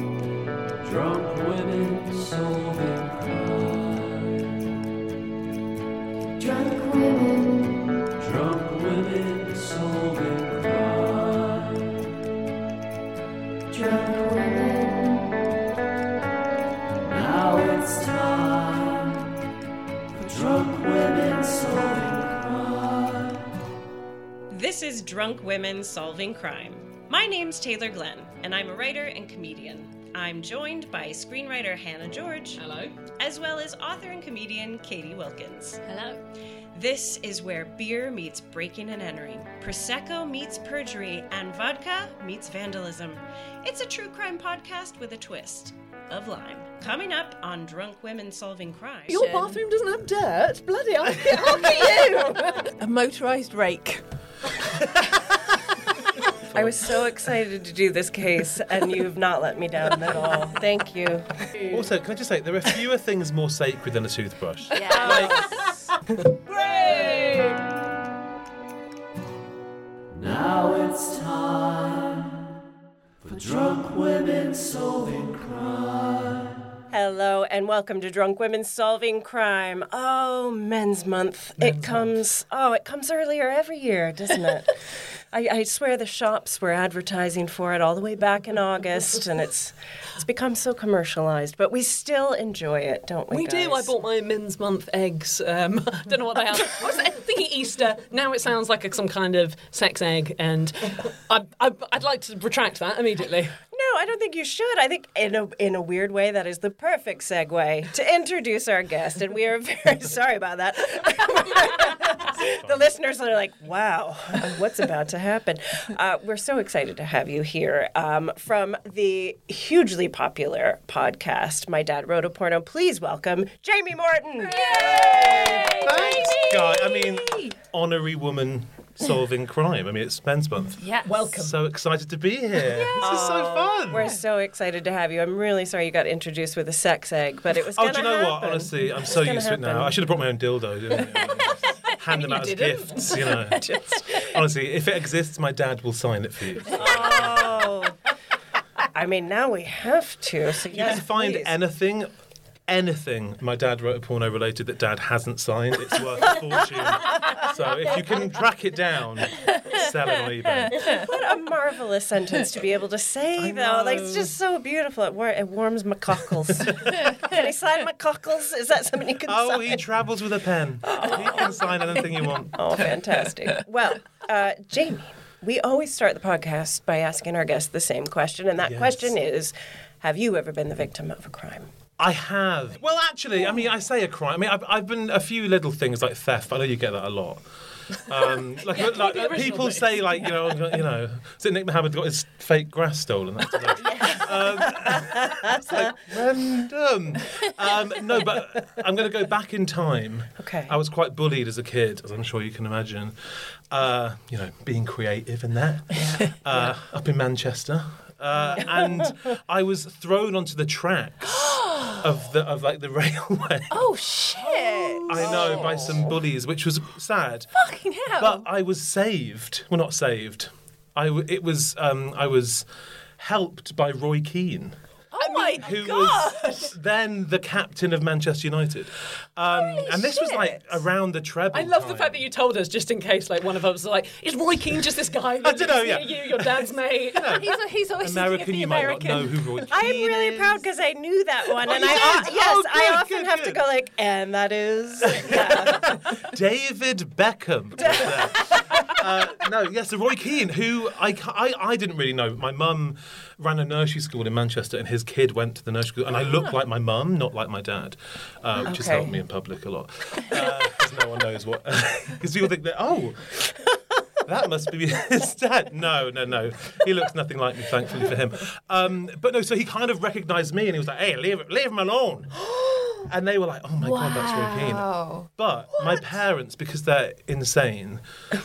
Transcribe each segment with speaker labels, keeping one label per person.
Speaker 1: Drunk women solving
Speaker 2: Drunk women,
Speaker 1: Drunk women solving crime.
Speaker 2: drunk women,
Speaker 1: Now it's time for drunk women solving crime.
Speaker 3: This is Drunk Women Solving Crime. My name's Taylor Glenn, and I'm a writer and comedian. I'm joined by screenwriter Hannah George. Hello. As well as author and comedian Katie Wilkins. Hello. This is where beer meets breaking and entering, Prosecco meets perjury, and vodka meets vandalism. It's a true crime podcast with a twist of lime. Coming up on Drunk Women Solving Crime.
Speaker 4: Your bathroom doesn't have dirt. Bloody hell, look at you! A motorised rake.
Speaker 3: I was so excited to do this case, and you've not let me down at all. Thank you.
Speaker 5: Also, can I just say there are fewer things more sacred than a toothbrush.
Speaker 1: Now it's time for drunk women solving crime.
Speaker 3: Hello and welcome to Drunk Women Solving Crime. Oh, Men's Month. it comes. Oh, it comes earlier every year, doesn't it? I, I swear the shops were advertising for it all the way back in August, and it's it's become so commercialized. But we still enjoy it, don't we?
Speaker 6: We do. I
Speaker 3: guys?
Speaker 6: bought my men's month eggs. Um, don't know what they are. I was thinking Easter. Now it sounds like a, some kind of sex egg, and I, I, I'd like to retract that immediately.
Speaker 3: No, I don't think you should. I think in a in a weird way that is the perfect segue to introduce our guest, and we are very sorry about that. the listeners are like, "Wow, what's about to happen?" Uh, we're so excited to have you here um, from the hugely popular podcast. My dad wrote a porno. Please welcome Jamie Morton.
Speaker 5: Thanks, guy. I mean, honorary woman solving crime. I mean, it's Men's Month.
Speaker 6: Yeah. Welcome.
Speaker 5: So excited to be here. This is so fun.
Speaker 3: We're so excited to have you. I'm really sorry you got introduced with a sex egg, but it was.
Speaker 5: oh,
Speaker 3: gonna
Speaker 5: do you know what?
Speaker 3: happen.
Speaker 5: Honestly, I'm so
Speaker 3: gonna
Speaker 5: used to it
Speaker 3: happen.
Speaker 5: now. I should have brought my own dildo. Didn't I? Hand them out as
Speaker 6: didn't.
Speaker 5: gifts, you know. honestly, if it exists, my dad will sign it for you. You
Speaker 3: Oh. I mean, now we have to. So yes,
Speaker 5: can find
Speaker 3: please.
Speaker 5: anything, anything my dad wrote a porno related that dad hasn't signed. It's worth a fortune. So if you can track it down, sell it on eBay.
Speaker 3: What a marvelous sentence to be able to say, though. Like it's just so beautiful. It, war- it warms my cockles. can I sign my cockles? Is that something you can
Speaker 5: Oh,
Speaker 3: sign?
Speaker 5: he travels with a pen. He can sign anything you want.
Speaker 3: Oh, fantastic. well, uh, Jamie, we always start the podcast by asking our guests the same question, and that
Speaker 5: Yes.
Speaker 3: question is: Have you ever been the victim of a crime?
Speaker 5: I have. Well, actually, I mean, I say a crime. I mean, I've, I've been a few little things like theft. I know you get that a lot. Um, like
Speaker 6: Yeah,
Speaker 5: like,
Speaker 6: the original
Speaker 5: people
Speaker 6: thing.
Speaker 5: say, like you know, you know, is it Nick Mohammed got his fake grass stolen? That's what I- um, it's like random. Um, no, but I'm going to go back in time.
Speaker 3: Okay.
Speaker 5: I was quite bullied as a kid, as I'm sure you can imagine. Uh, you know, being creative and that. Uh, Up in Manchester. Uh, and I was thrown onto the tracks of the of like the railway.
Speaker 4: Oh shit!
Speaker 5: I know by some bullies, which was sad.
Speaker 4: Fucking hell!
Speaker 5: But I was saved. Well, not saved. I w- it was um, I was helped by Roy Keane,
Speaker 4: oh my
Speaker 5: who
Speaker 4: god!
Speaker 5: was then the captain of Manchester United. Um, and this was like
Speaker 4: shit.
Speaker 5: around the treble.
Speaker 6: I love the
Speaker 5: time.
Speaker 6: fact that you told us just in case, like one of us was like, "Is Roy Keane just this guy that
Speaker 5: I don't know,
Speaker 6: lives
Speaker 5: yeah.
Speaker 6: near you, your dad's mate?"
Speaker 4: he's, he's always
Speaker 5: American,
Speaker 4: thinking
Speaker 5: you
Speaker 4: of the
Speaker 5: might
Speaker 4: American.
Speaker 5: not know who Roy Keane
Speaker 3: I am really
Speaker 5: is.
Speaker 3: proud because I knew that one, and
Speaker 5: you
Speaker 3: I
Speaker 5: did?
Speaker 3: uh, yes,
Speaker 5: Oh, good,
Speaker 3: I often
Speaker 5: good,
Speaker 3: have to
Speaker 5: good.
Speaker 3: go like, and that is
Speaker 5: David Beckham. Uh, no, yes, so Roy Keane, who I, ca- I, I didn't really know. My mum ran a nursery school in Manchester, and his kid went to the nursery school, and I look like my mum, not like my dad, uh, which has
Speaker 3: Okay.
Speaker 5: helped me in public a lot. Because no one knows what. Because people think that, oh, that must be his dad. No, no, no. He looks nothing like me, thankfully for him. Um, but no, so he kind of recognised me and he was like, hey, leave, leave him alone. And they were like, oh my God, that's Roy Keane. But my parents, because they're insane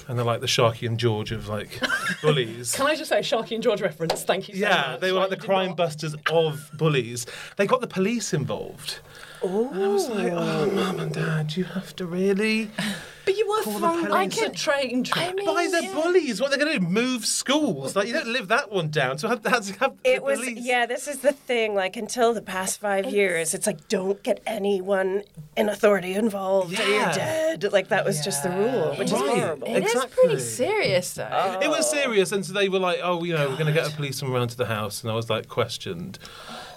Speaker 5: and they're like the Sharky and George of like bullies.
Speaker 6: Can I just say Sharky and George reference? Thank you. So
Speaker 5: Yeah,
Speaker 6: much.
Speaker 5: they were like the
Speaker 6: you did
Speaker 5: crime
Speaker 6: not-
Speaker 5: busters of bullies. They got the police involved. And I was like, oh, mum and dad, you have to really.
Speaker 6: But you were
Speaker 5: the
Speaker 6: thrown
Speaker 5: police.
Speaker 6: like a train track.
Speaker 5: By the bullies, what they're going to do? Move schools? Like you don't live that one down. So have, have, have the
Speaker 3: it was
Speaker 5: police.
Speaker 3: yeah. This is the thing. Like until the past five years, it's like don't get anyone in authority involved. or You're
Speaker 5: Yeah.
Speaker 3: dead. Like that was just the rule, which is
Speaker 5: Right.
Speaker 3: horrible.
Speaker 4: It is
Speaker 5: Exactly.
Speaker 4: pretty serious though.
Speaker 5: It was serious, and so they were like, "Oh, you know, we're going to get a policeman round to the house," and I was like questioned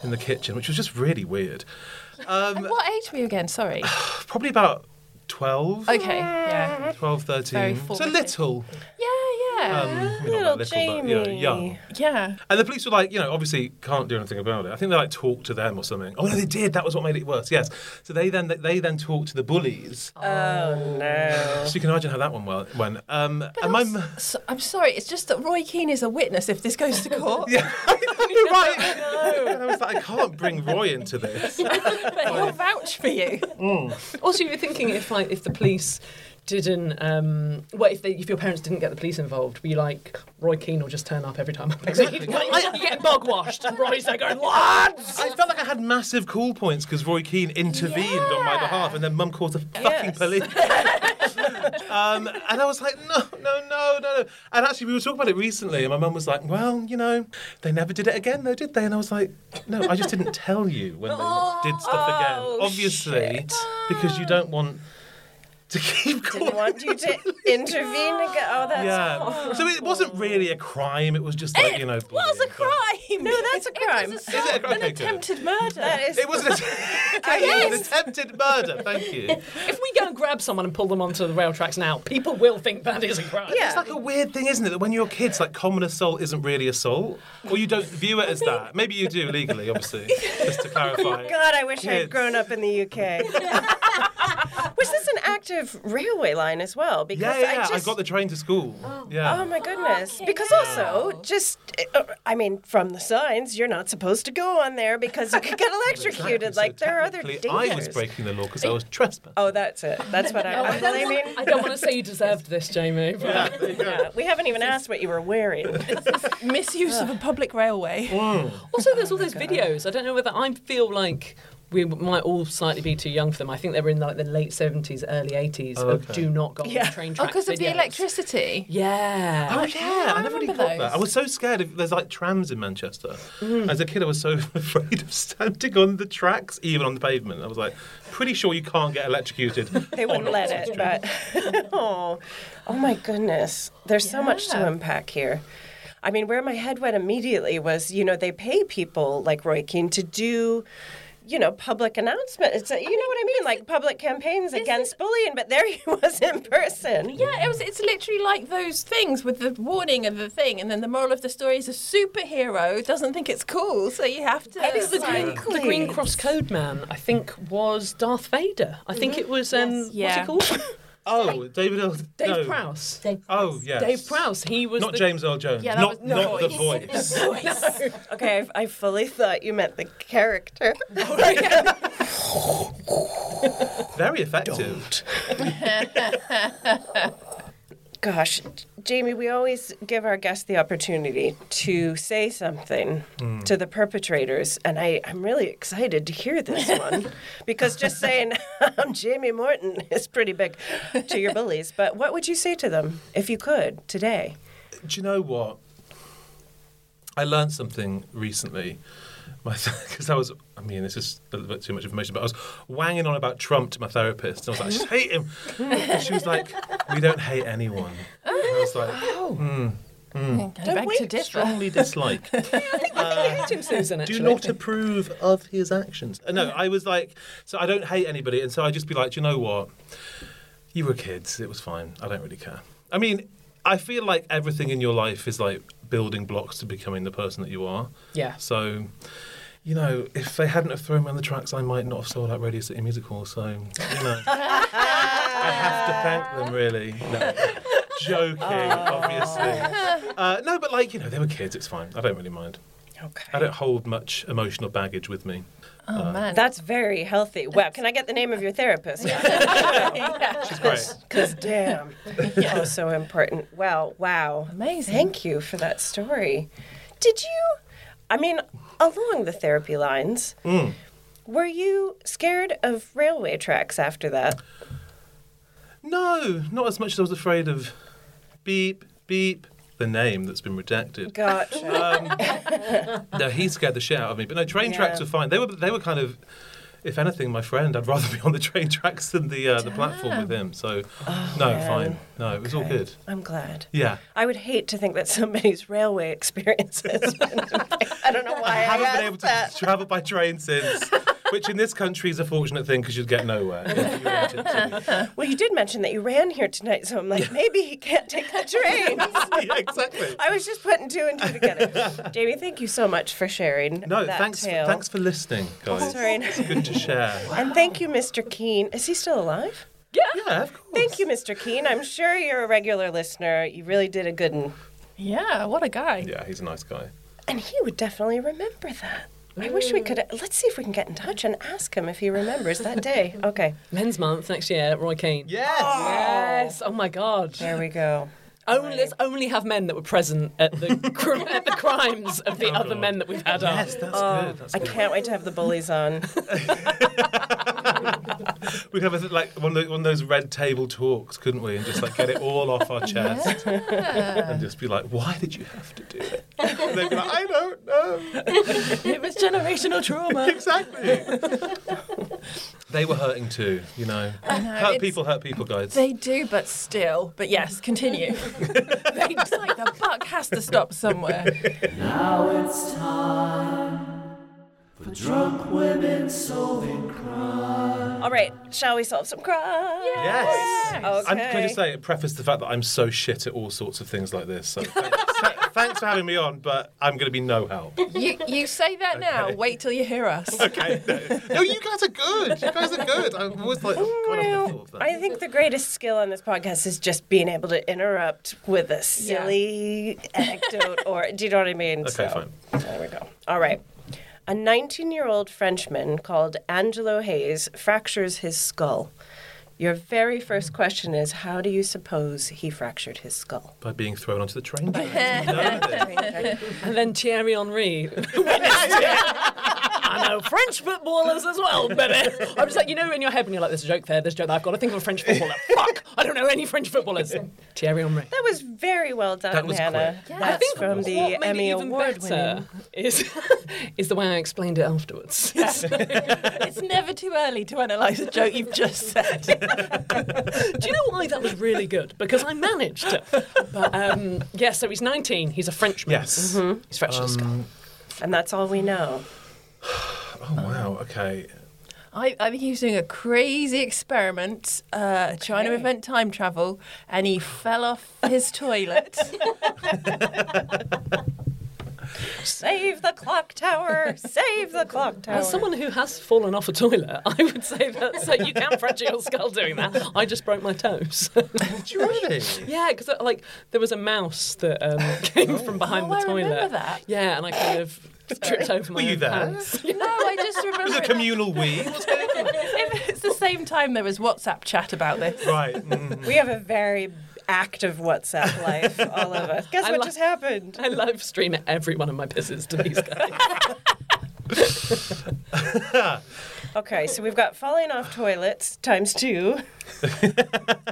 Speaker 5: in the kitchen, which was just really weird.
Speaker 4: And what age were you again? Sorry.
Speaker 5: Probably about 12,
Speaker 4: Okay. Yeah.
Speaker 5: 12, 13.
Speaker 4: Very
Speaker 5: So
Speaker 4: formative.
Speaker 5: little,
Speaker 4: Yeah. Yeah.
Speaker 5: um, I mean,
Speaker 3: Little
Speaker 5: not that little, but you know,
Speaker 3: Jamie.
Speaker 5: young.
Speaker 4: yeah.
Speaker 5: And the police were like, you know, obviously can't do anything about it. I think they like talked to them or something. Oh no, they did. That was what made it worse. Yes. So they then they then talked to the bullies.
Speaker 3: Oh no.
Speaker 5: So you can imagine how that one wel- went. Um, and my m-
Speaker 4: So, I'm sorry. It's just that Roy Keane is a witness if this goes to court.
Speaker 5: Yeah, you're right. And I was like, I can't bring Roy into this.
Speaker 4: But he'll vouch for you.
Speaker 6: Also, you're thinking if like if the police didn't, um, well, if, they, if your parents didn't get the police involved, were you like Roy Keane will just turn up every time? Exactly. you get bog washed, and Roy's there going, "What?"
Speaker 5: I felt like I had massive cool points because Roy Keane intervened on my behalf, and then Mum called the fucking
Speaker 3: Yes.
Speaker 5: police. um, and I was like, no, no, no, no, no. And actually, we were talking about it recently, and my mum was like, well, you know, they never did it again, though, did they? And I was like, no, I just didn't tell you when they did stuff again, obviously, because you don't want to keep
Speaker 3: Didn't
Speaker 5: going.
Speaker 3: want you to intervene again. Oh, that's
Speaker 5: Yeah. So it wasn't really a crime. It was just like you know. It
Speaker 4: was a crime. No, that's a crime.
Speaker 5: Is it a crime?
Speaker 4: An
Speaker 5: Okay, good.
Speaker 4: attempted murder.
Speaker 3: that is.
Speaker 5: It was an, att- it was an attempted murder. Thank you.
Speaker 6: If we go and grab someone and pull them onto the rail tracks now, people will think that is a crime.
Speaker 3: Yeah.
Speaker 5: It's like a weird thing, isn't it? That when you're kids, like common assault isn't really assault, or you don't view it as that. Maybe you do legally, obviously. Just to clarify.
Speaker 3: Oh God, I wish
Speaker 5: Kids.
Speaker 3: I'd grown up in the UK. was this an active railway line as well? Because
Speaker 5: Yeah, yeah.
Speaker 3: I
Speaker 5: yeah. I,
Speaker 3: just
Speaker 5: got the train to school. Yeah.
Speaker 3: Oh my goodness. Because also, just, uh, I mean, from the signs, you're not supposed to go on there because you could get electrocuted.
Speaker 5: Exactly. So
Speaker 3: Like, there are other dangers.
Speaker 5: technically, I was breaking the law because I was trespassing.
Speaker 3: Oh, that's it. That's what I, I'm blaming.
Speaker 6: I don't want to say you deserved this, Jamie. But
Speaker 3: Yeah, we haven't even asked what you were wearing.
Speaker 4: Misuse of a public railway.
Speaker 6: Also, there's all
Speaker 4: Oh
Speaker 6: those videos. I don't know whether I feel like we might all slightly be too young for them. I think they were in like the late 70s, early 80s of
Speaker 5: okay.
Speaker 6: do not go on
Speaker 3: Yeah.
Speaker 6: the train
Speaker 4: Oh,
Speaker 6: tracks.
Speaker 4: because of the
Speaker 6: videos.
Speaker 4: electricity.
Speaker 6: Yeah.
Speaker 5: Oh yeah, I, never really
Speaker 4: remember
Speaker 5: got that. I
Speaker 4: those.
Speaker 5: was so scared. Of, there's like trams in Manchester.
Speaker 3: Mm.
Speaker 5: As a kid, I was so afraid of standing on the tracks, even on the pavement. I was like, pretty sure you can't get electrocuted.
Speaker 3: They wouldn't
Speaker 5: on
Speaker 3: let
Speaker 5: Oxford
Speaker 3: it,
Speaker 5: Street.
Speaker 3: but oh, oh my goodness, there's so much to
Speaker 4: Yeah.
Speaker 3: unpack here. I mean, where my head went immediately was, you know, they pay people like Roy Keane to do you know, public announcement. It's a, you know what I mean, like public campaigns against bullying. But there he was in person.
Speaker 7: Yeah, it was. It's literally like those things with the warning of the thing, and then the moral of the story is a superhero doesn't think it's cool, so you have to.
Speaker 6: I think the green, the green Cross Code Man, I think, was Darth Vader. I think it was, um,
Speaker 7: Mm-hmm. Yeah.
Speaker 6: what's it called?
Speaker 5: Oh, David L.
Speaker 6: Dave
Speaker 5: no.
Speaker 6: Prowse.
Speaker 5: Oh, yes.
Speaker 6: Dave Prowse. He was
Speaker 5: Not
Speaker 6: the-
Speaker 5: James Earl Jones.
Speaker 7: Yeah, that
Speaker 5: not
Speaker 7: was- no,
Speaker 5: not the
Speaker 7: it's-
Speaker 5: voice.
Speaker 3: Okay, I, I fully thought you meant the character.
Speaker 5: Very effective.
Speaker 3: Gosh, Jamie, we always give our guests the opportunity to say something to the perpetrators, and I, I'm really excited to hear this one because just saying I'm Jamie Morton is pretty big to your bullies. But what would you say to them if you could today?
Speaker 5: Do you know what? I learned something recently. Because I was, I mean, this is a little bit too much information, but I was wanging on about Trump to my therapist. And I was like, I just hate him. And she was like, We don't hate anyone. And I was like,
Speaker 7: Don't beg to differ.
Speaker 5: Strongly dislike.
Speaker 6: Hate him, Susan,
Speaker 5: do
Speaker 6: actually.
Speaker 5: not approve of his actions. Uh, No, I was like, so I don't hate anybody, and so I'd just be like, do you know what? You were kids. It was fine. I don't really care. I mean, I feel like everything in your life is like building blocks to becoming the person that you are.
Speaker 6: Yeah.
Speaker 5: So. You know, if they hadn't have thrown me on the tracks, I might not have sold out Radio City Music Hall. So, you know, I have to thank them, really. No, joking, obviously. Uh, no, but like, you know, they were kids. It's fine. I don't really mind. I
Speaker 3: Okay.
Speaker 5: don't hold much emotional baggage with me.
Speaker 7: Oh man.
Speaker 3: That's very healthy. Well, can I get the name of your therapist?
Speaker 5: She's great.
Speaker 3: Because damn, that was so important. Well, wow,
Speaker 7: Amazing.
Speaker 3: Thank you for that story. Did you? I mean, along the therapy lines,
Speaker 5: Mm.
Speaker 3: were you scared of railway tracks after that?
Speaker 5: No, not as much as I was afraid of beep, beep, the name that's been redacted.
Speaker 3: Oh, Gotcha.
Speaker 5: No, he scared the shit out of me. But no, train
Speaker 3: Yeah.
Speaker 5: tracks were fine. They were they were kind of, if anything, my friend. I'd rather be on the train tracks than the uh, the platform with him. So,
Speaker 3: Oh,
Speaker 5: no, fine. No, it was all good.
Speaker 3: I'm glad.
Speaker 5: Yeah.
Speaker 3: I would hate to think that somebody's railway experiences. I don't know why I,
Speaker 5: I haven't
Speaker 3: asked
Speaker 5: been able to
Speaker 3: that.
Speaker 5: travel by train since, which in this country is a fortunate thing because you'd get nowhere. if you wanted to.
Speaker 3: Well, you did mention that you ran here tonight, so I'm like, maybe he can't take the trains.
Speaker 5: yeah, exactly.
Speaker 3: I was just putting two and two together. Jamie, thank you so much for sharing.
Speaker 5: No,
Speaker 3: that
Speaker 5: thanks.
Speaker 3: tale.
Speaker 5: Thanks for listening, guys.
Speaker 3: Sorry.
Speaker 5: It's good to share.
Speaker 3: And thank you, Mr. Keene. Is he still alive?
Speaker 5: Yeah, of course.
Speaker 3: Thank you, Mr. Keene. I'm sure you're a regular listener. You really did a good one.
Speaker 7: Yeah, what a guy.
Speaker 5: Yeah, he's a nice guy.
Speaker 3: And he would definitely remember that. I wish we could. Let's see if we can get in touch and ask him if he remembers that day. Okay,
Speaker 6: Men's Month next year, Roy Keane.
Speaker 5: Yes.
Speaker 6: Yes. Oh my God.
Speaker 3: there we go.
Speaker 6: Only, let's only have men that were present at the, cr- at the crimes of the other
Speaker 5: God.
Speaker 6: men that we've had
Speaker 5: Yes,
Speaker 6: up.
Speaker 5: that's good. That's
Speaker 3: I
Speaker 5: good.
Speaker 3: can't wait to have the bullies on.
Speaker 5: We'd have a, th- like one of, those, one of those red table talks, couldn't we? And just like get it all off our chest, and just be like, "Why did you have to do it?" And they'd be like, "I don't know
Speaker 6: It was generational trauma.
Speaker 5: exactly." they were hurting too, you know. hurt
Speaker 7: it's-
Speaker 5: people, hurt people, guys.
Speaker 7: They do, but still. But yes, continue. they, it's like the buck has to stop somewhere.
Speaker 1: Now it's time for drunk women solving crime.
Speaker 3: All right, shall we solve some crime?
Speaker 5: Yes.
Speaker 3: Okay.
Speaker 5: I'm, can I just say, preface the fact that I'm so shit at all sorts of things like this. So thanks, th- thanks for having me on, but I'm going to be no help.
Speaker 7: You, you say that now.
Speaker 5: Okay.
Speaker 7: Wait till you hear us.
Speaker 5: Okay. No, no, you guys are good. You guys are good. I'm always like, oh, God, I never thought of that.
Speaker 3: I think the greatest skill on this podcast is just being able to interrupt with a silly anecdote, or do you know what I mean?
Speaker 5: Okay, fine.
Speaker 3: There we go. All right. A 19 year old Frenchman called Angelo Hayes fractures his skull. Your very first question is how do you suppose he fractured his skull?
Speaker 5: By being thrown onto the train tracks. No,
Speaker 6: And then Thierry Henry. witnessed it. I know French footballers as well, baby. I'm just like, you know, in your head when you're like, there's a joke there, there's a joke there. I've got to think of a French footballer. Fuck! I don't know any French footballers. Thierry Henry.
Speaker 3: That was very well done,
Speaker 5: That was
Speaker 3: Hannah.
Speaker 5: quick.
Speaker 3: That's
Speaker 6: think
Speaker 3: from
Speaker 6: what
Speaker 3: the
Speaker 6: made it
Speaker 3: Emmy
Speaker 6: even
Speaker 3: Award
Speaker 6: better
Speaker 3: winning.
Speaker 6: Is, is the way I explained it afterwards.
Speaker 7: It's never too early to analyse a joke you've just said.
Speaker 6: Do you know why that was really good? Because I managed to. But um, yeah, so he's 19. He's a Frenchman.
Speaker 5: Yes.
Speaker 7: Um,
Speaker 6: He's fractured his skull.
Speaker 3: And that's all we know.
Speaker 5: Oh wow. Okay.
Speaker 7: I, I think he was doing a crazy experiment, uh, trying to invent time travel, and he fell off his toilet.
Speaker 3: Save the clock tower! Save the clock tower!
Speaker 6: As someone who has fallen off a toilet, I would say that so you can fracture your skull doing that. I just broke my toes.
Speaker 5: Did you really?
Speaker 6: yeah, because like there was a mouse that um, came from behind
Speaker 7: Oh,
Speaker 6: the
Speaker 7: I
Speaker 6: toilet.
Speaker 7: remember that.
Speaker 6: Yeah, and I kind of tripped over my
Speaker 5: Were you
Speaker 6: own
Speaker 5: there?
Speaker 6: pants.
Speaker 7: no, I just remember.
Speaker 5: It was a communal we.
Speaker 7: If it's the same time there was WhatsApp chat about this.
Speaker 5: Right. mm.
Speaker 3: We have a very active WhatsApp life, all of us. Guess
Speaker 6: I
Speaker 3: what
Speaker 6: like-
Speaker 3: just happened?
Speaker 6: I live stream every one of my pisses to these guys.
Speaker 3: Okay, so we've got falling off toilets times two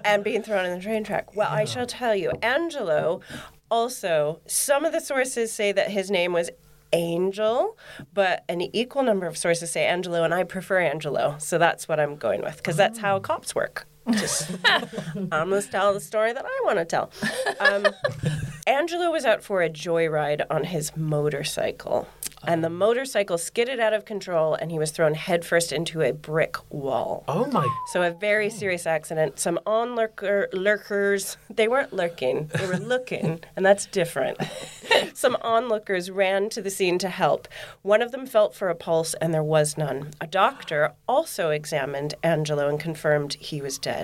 Speaker 3: and being thrown in the train track. Well, I shall tell you, Angelo also, some of the sources say that his name was Angel, but an equal number of sources say Angelo, and I prefer Angelo. So that's what I'm going with because that's how cops work. Just almost tell the story that I want to tell. Um, Angelo was out for a joyride on his motorcycle, and the motorcycle skidded out of control, and he was thrown headfirst into a brick wall.
Speaker 5: Oh my.
Speaker 3: So a very serious accident. Some onlooker lurkers. They weren't lurking. They were looking, and that's different. Some onlookers ran to the scene to help. One of them felt for a pulse, and there was none. A doctor also examined Angelo and confirmed he was dead.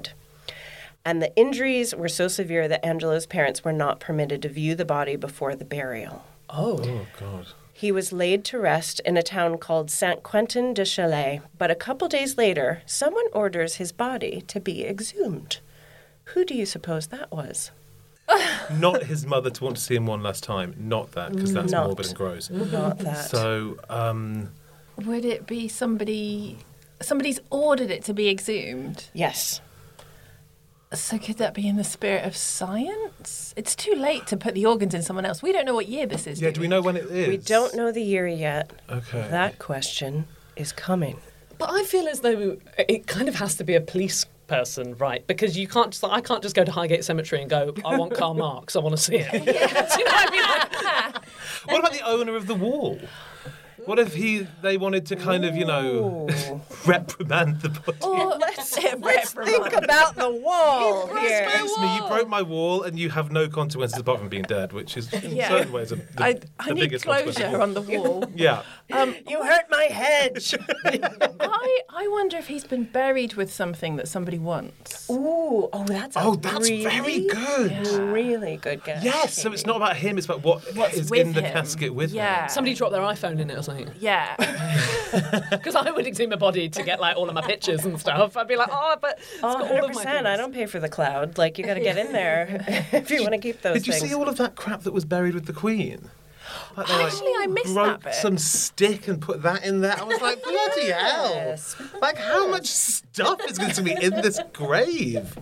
Speaker 3: And the injuries were so severe that Angelo's parents were not permitted to view the body before the burial.
Speaker 5: Oh god.
Speaker 3: He was laid to rest in a town called Saint Quentin de Chalais, but a couple days later, someone orders his body to be exhumed. Who do you suppose that was?
Speaker 5: Not his mother to want to see him one last time. Not that because that's
Speaker 3: Not.
Speaker 5: morbid and gross.
Speaker 3: Not that.
Speaker 5: So um,
Speaker 7: Would it be somebody? Somebody's ordered it to be exhumed.
Speaker 3: yes.
Speaker 7: So could that be in the spirit of science? It's too late to put the organs in someone else. We don't know what year this is.
Speaker 5: yeah. Do we know when it is?
Speaker 3: We don't know the year yet.
Speaker 5: Okay.
Speaker 3: That question is coming.
Speaker 6: But I feel as though it kind of has to be a police person, right? Because you can't just, I can't just go to Highgate Cemetery and go, I want Karl Marx, I want to see it. Do you know what I mean? Like,
Speaker 5: What about the owner of the wall? What if he? They wanted to kind of you know reprimand the body.
Speaker 7: Or let's
Speaker 3: Think about the wall here.
Speaker 5: Excuse me, you broke my wall and you have no consequences apart from being dead, which is in
Speaker 7: Yeah.
Speaker 5: certain ways a, the,
Speaker 7: I,
Speaker 5: the
Speaker 7: I need
Speaker 5: biggest consequence of
Speaker 7: closure
Speaker 5: all.
Speaker 7: on the wall.
Speaker 5: Yeah.
Speaker 3: You hurt my hedge.
Speaker 7: I, I wonder if he's been buried with something that somebody wants.
Speaker 3: Ooh, oh, that's a
Speaker 5: Oh, that's
Speaker 3: really,
Speaker 5: very good.
Speaker 3: really good guess.
Speaker 5: Yes, so it's not about him, it's about what is
Speaker 7: with
Speaker 5: in the
Speaker 7: him.
Speaker 5: casket with
Speaker 7: Yeah.
Speaker 5: him.
Speaker 6: Somebody dropped their iPhone in it or something.
Speaker 7: Yeah.
Speaker 6: Because I would exhume a body to get like all of my pictures and stuff. I'd be like, oh, but it's got all of my
Speaker 3: 100%. I
Speaker 6: things."
Speaker 3: don't pay for the cloud. Like, you got to get in there if you want to keep those
Speaker 5: Did you
Speaker 3: things.
Speaker 5: see all of that crap that was buried with the Queen? Like they, like,
Speaker 7: Actually, I missed
Speaker 5: broke
Speaker 7: that bit.
Speaker 5: some stick and put that in there. I was like, bloody hell!
Speaker 3: Yes.
Speaker 5: Like, how much stuff is going to be in this grave?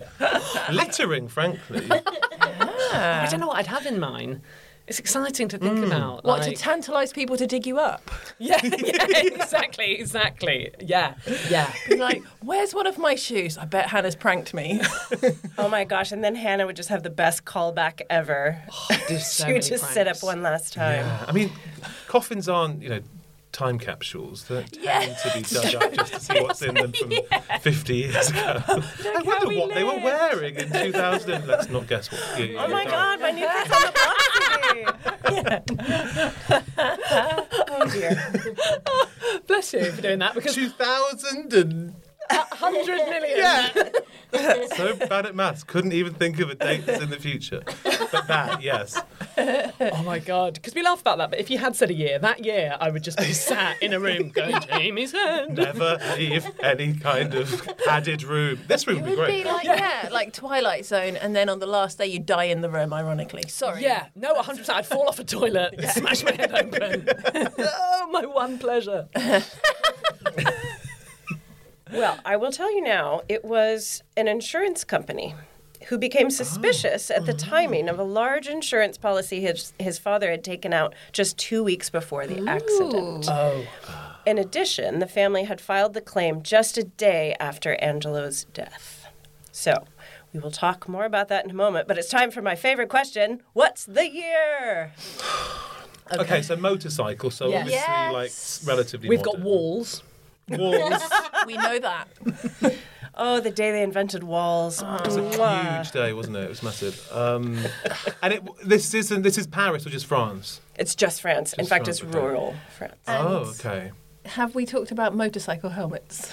Speaker 5: Littering, frankly.
Speaker 6: I don't know what I'd have in mine. It's exciting to think about.
Speaker 7: What,
Speaker 6: like-
Speaker 7: to tantalise people to dig you up?
Speaker 6: yeah, yeah, exactly, exactly. Yeah, yeah.
Speaker 7: Like, where's one of my shoes? I bet Hannah's pranked me.
Speaker 3: Oh my gosh! And then Hannah would just have the best callback ever.
Speaker 6: Oh, There's so
Speaker 3: she
Speaker 6: many
Speaker 3: would just sit up
Speaker 6: pranks.
Speaker 3: one last time.
Speaker 5: I mean, coffins aren't, you know, time capsules. They tend to be dug up just to see what's in them from 50 years ago. I wonder what they were wearing in 2000. Let's not guess what. year you
Speaker 3: Oh my
Speaker 5: died.
Speaker 3: god! My new kid's on the block today. oh dear!
Speaker 6: Bless you for doing that because
Speaker 5: 2000 and
Speaker 6: 100 million.
Speaker 5: so bad at maths, couldn't even think of a date that's in the future. But that, yes.
Speaker 6: Oh my god! Because we laugh about that, but if you had said a year, that year I would just be sat in a room going, "Jamie's hand."
Speaker 5: Never leave any kind of padded room. This room would be
Speaker 7: It would be
Speaker 5: great.
Speaker 7: like, yeah, like Twilight Zone, and then on the last day you die in the room, ironically. Sorry.
Speaker 6: Yeah, no, 100. percent I'd fall off a toilet, smash my head open. oh, my one pleasure.
Speaker 3: Well, I will tell you now. It was an insurance company who became suspicious
Speaker 6: Oh.
Speaker 3: at the timing of a large insurance policy his, his father had taken out just two weeks before the accident.
Speaker 6: Oh,
Speaker 3: In addition, the family had filed the claim just a day after Angelo's death. So, we will talk more about that in a moment, but it's time for my favorite question What's the year?
Speaker 5: Okay, so motorcycle. So
Speaker 6: Yes.
Speaker 5: obviously, like s- relatively.
Speaker 6: We've
Speaker 5: modern.
Speaker 6: got walls.
Speaker 5: Walls.
Speaker 7: we know that.
Speaker 3: Oh, the day they invented walls.
Speaker 5: Oh, It was a huge day, wasn't it? It was massive. Um, and it, this isn't. This is Paris, which is France.
Speaker 3: It's just France. In
Speaker 5: Just
Speaker 3: fact,
Speaker 5: France,
Speaker 3: it's
Speaker 5: okay.
Speaker 3: rural France.
Speaker 5: oh, okay.
Speaker 7: Have we talked about motorcycle helmets?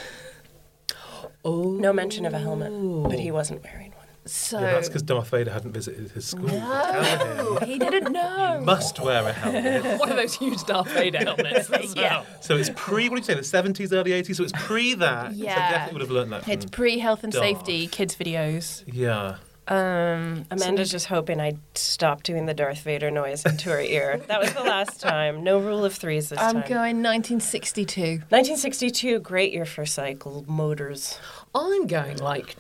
Speaker 3: No mention of a helmet, but he wasn't wearing one.
Speaker 7: So
Speaker 5: yeah, that's because Darth Vader hadn't visited his school.
Speaker 7: no, he didn't know.
Speaker 5: Must wear a helmet.
Speaker 6: One of those huge Darth Vader helmets. as
Speaker 7: Yeah.
Speaker 6: well.
Speaker 5: So it's pre. What did you say? The seventies, early eighties. So it's pre that. So I
Speaker 7: Yeah.
Speaker 5: definitely would have learned that. From,
Speaker 7: It's pre health and
Speaker 5: Darth.
Speaker 7: safety kids videos.
Speaker 5: yeah.
Speaker 7: Um,
Speaker 3: Amanda's just hoping I stop doing the Darth Vader noise into her ear. That was the last time. No rule of threes this
Speaker 7: I'm
Speaker 3: time.
Speaker 7: going 1962.
Speaker 3: 1962, great year for cycle motors.
Speaker 6: I'm going like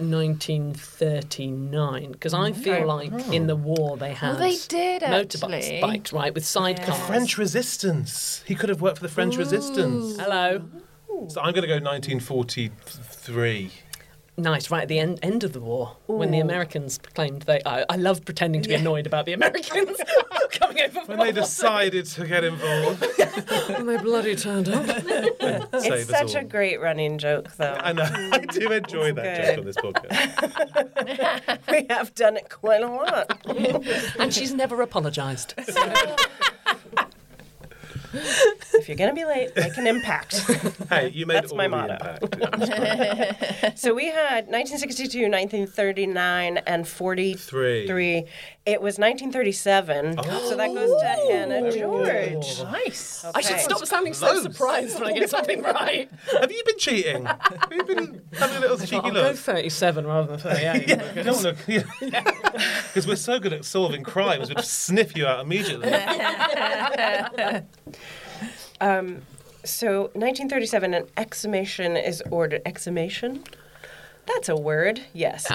Speaker 6: 1939 because I feel like in the war Oh, they had
Speaker 7: they did, actually.
Speaker 6: motorbikes, bikes, right, with sidecars.
Speaker 5: French Resistance. He could have worked for the French Resistance.
Speaker 6: Hello.
Speaker 5: So I'm going to go 1943.
Speaker 6: Nice, right at the end, end of the war, when the Americans claimed they. I, I love pretending to be annoyed about the Americans coming over
Speaker 5: When they decided to get involved.
Speaker 6: when they bloody turned up.
Speaker 5: Save
Speaker 3: it's
Speaker 5: us
Speaker 3: such a
Speaker 5: all.
Speaker 3: great running joke, though.
Speaker 5: I know. I do enjoy that joke on this podcast.
Speaker 3: we have done it quite a lot.
Speaker 6: and she's never apologised.
Speaker 3: if you're going to be late, make an impact.
Speaker 5: Hey, you made
Speaker 3: That's
Speaker 5: all
Speaker 3: my
Speaker 5: the
Speaker 3: motto.
Speaker 5: impact. It was great.
Speaker 3: So we had 1962, 1939, and 43.
Speaker 5: Three. Oh,
Speaker 3: It was 1937. So that goes to Hannah George.
Speaker 6: Nice. I should
Speaker 3: Okay.
Speaker 6: stop sounding so
Speaker 5: Close.
Speaker 6: surprised when I get something right.
Speaker 5: Have you been cheating? Have you been having a little cheeky
Speaker 6: I'll go
Speaker 5: look?
Speaker 6: 37 rather than 38.
Speaker 5: Yeah, you don't look. Because we're so good at solving crimes, we'd sniff you out immediately.
Speaker 3: So 1937, an exhumation is ordered. Exhumation? That's a word, yes.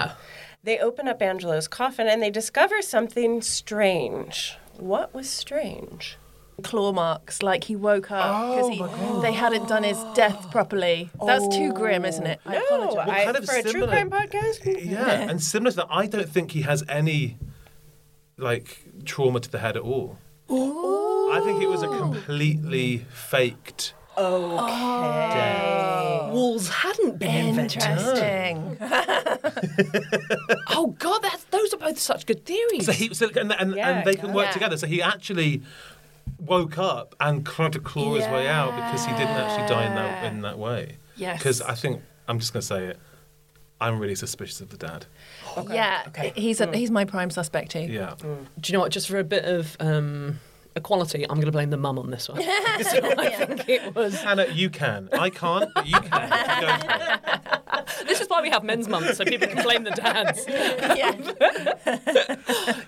Speaker 3: They open up Angelo's coffin and they discover something strange. What was strange?
Speaker 7: Claw marks, like he woke up because they hadn't done his death properly. That's too grim, isn't it? Oh. I
Speaker 3: No,
Speaker 7: apologize.
Speaker 3: I,
Speaker 5: kind of
Speaker 3: for a true
Speaker 5: similar-
Speaker 3: crime podcast?
Speaker 5: Yeah, and similar to that, I don't think he has any like trauma to the head at all. I think it was a completely faked.
Speaker 6: Walls hadn't been invented.
Speaker 7: Interesting.
Speaker 6: Oh God, that's, those are both such good theories.
Speaker 5: So he, so, and, and,
Speaker 3: Yeah,
Speaker 5: and they can work
Speaker 7: yeah.
Speaker 5: together. So he actually woke up and tried to claw his way out because he didn't actually die in that in that way.
Speaker 7: Yes.
Speaker 5: Because I think I'm just gonna say it. I'm really suspicious of the dad.
Speaker 7: Yeah, he's a, he's my prime suspect too.
Speaker 5: Yeah.
Speaker 7: Mm.
Speaker 6: Do you know what? Just for a bit of um, equality, I'm going to blame the mum on this one. So I think it was.
Speaker 5: Hannah, you can. I can't, but you can. Go for it.
Speaker 6: This is why we have men's mums, so people can blame the dads.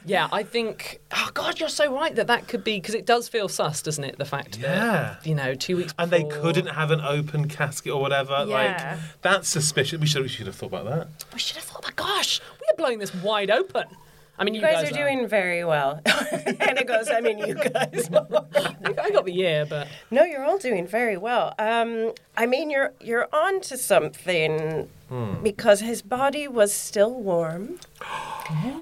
Speaker 6: yeah, I think. Oh God, you're so right that that could be because it does feel sus, doesn't it? The fact
Speaker 5: Yeah.
Speaker 6: that you know two weeks
Speaker 5: and they
Speaker 6: before-
Speaker 5: couldn't have an open casket or whatever.
Speaker 7: Yeah.
Speaker 5: Like that's suspicious. We should we should have thought about that.
Speaker 6: We should have thought, "Oh my gosh, we are blowing this wide open. I mean, you,
Speaker 3: You guys are doing very well. and it goes, I mean, you guys.
Speaker 6: I got the year, but
Speaker 3: No, you're all doing very well. Um, I mean, you're you're on to something
Speaker 5: Hmm.
Speaker 3: because his body was still warm,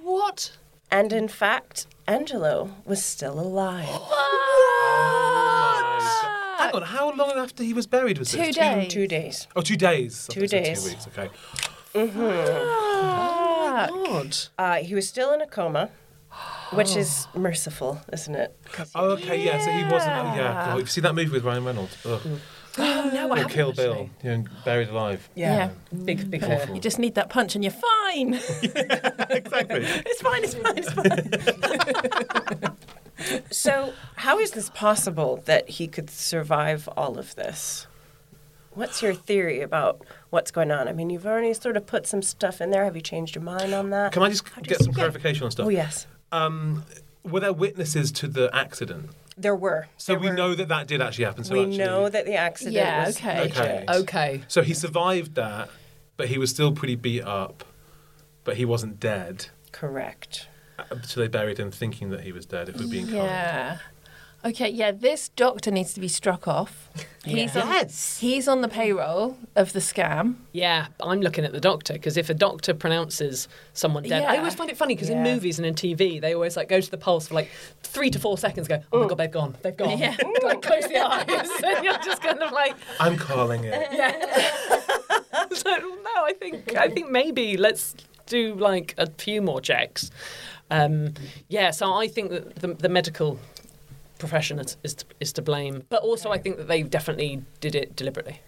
Speaker 6: what?
Speaker 3: and in fact, Angelo was still alive.
Speaker 5: Hang on, how long after he was buried was
Speaker 7: Uh, Two
Speaker 5: this?
Speaker 7: days.
Speaker 3: Two days.
Speaker 5: Oh, two days. I
Speaker 3: Two
Speaker 5: thought you said
Speaker 3: days.
Speaker 5: Two weeks. Okay.
Speaker 6: God.
Speaker 3: Uh, he was still in a coma, which is merciful, isn't it? 'Cause
Speaker 5: Oh, okay. Yeah. So he wasn't. Oh, yeah. God, you've seen that movie with Ryan Reynolds. Ugh.
Speaker 6: No,
Speaker 5: Or Kill Bill. You know, buried alive.
Speaker 7: Yeah.
Speaker 6: Big, big
Speaker 7: You just need that punch and you're fine.
Speaker 5: Exactly.
Speaker 7: it's fine, it's fine, it's fine.
Speaker 3: So, how is this possible that he could survive all of this? What's your theory about what's going on? I mean, you've already sort of put some stuff in there. Have you changed your mind on that?
Speaker 5: Can I just get some clarification on stuff?
Speaker 3: Oh yes,
Speaker 5: Were there witnesses to the accident?
Speaker 3: there were.
Speaker 5: So
Speaker 3: There
Speaker 5: we
Speaker 3: were-
Speaker 5: know that that did actually happen. So
Speaker 3: we
Speaker 5: actually,
Speaker 3: know that the accident
Speaker 7: Yeah,
Speaker 3: was
Speaker 7: okay.
Speaker 5: Okay.
Speaker 6: Okay.
Speaker 5: So he survived that, but he was still pretty beat up, but he wasn't dead. Uh,
Speaker 3: correct.
Speaker 5: So they buried him thinking that he was dead. If we're being kind.
Speaker 7: Yeah. Okay, yeah, this doctor needs to be struck off. He's on, he's on the payroll of the scam.
Speaker 6: Yeah, I'm looking at the doctor because if a doctor pronounces someone dead, I
Speaker 7: Yeah.
Speaker 6: always find it funny because in
Speaker 7: Yeah.
Speaker 6: movies and in TV they always like go to the pulse for like three to four seconds, go, oh my god, they've gone, they've gone,
Speaker 7: Yeah.
Speaker 6: like close the eyes, and you're just kind of like,
Speaker 5: I'm calling it.
Speaker 6: so, no, I think I think maybe let's do like a few more checks. Um, yeah, so I think that the, the medical profession is is to, is to blame, but also I think that they definitely did it deliberately.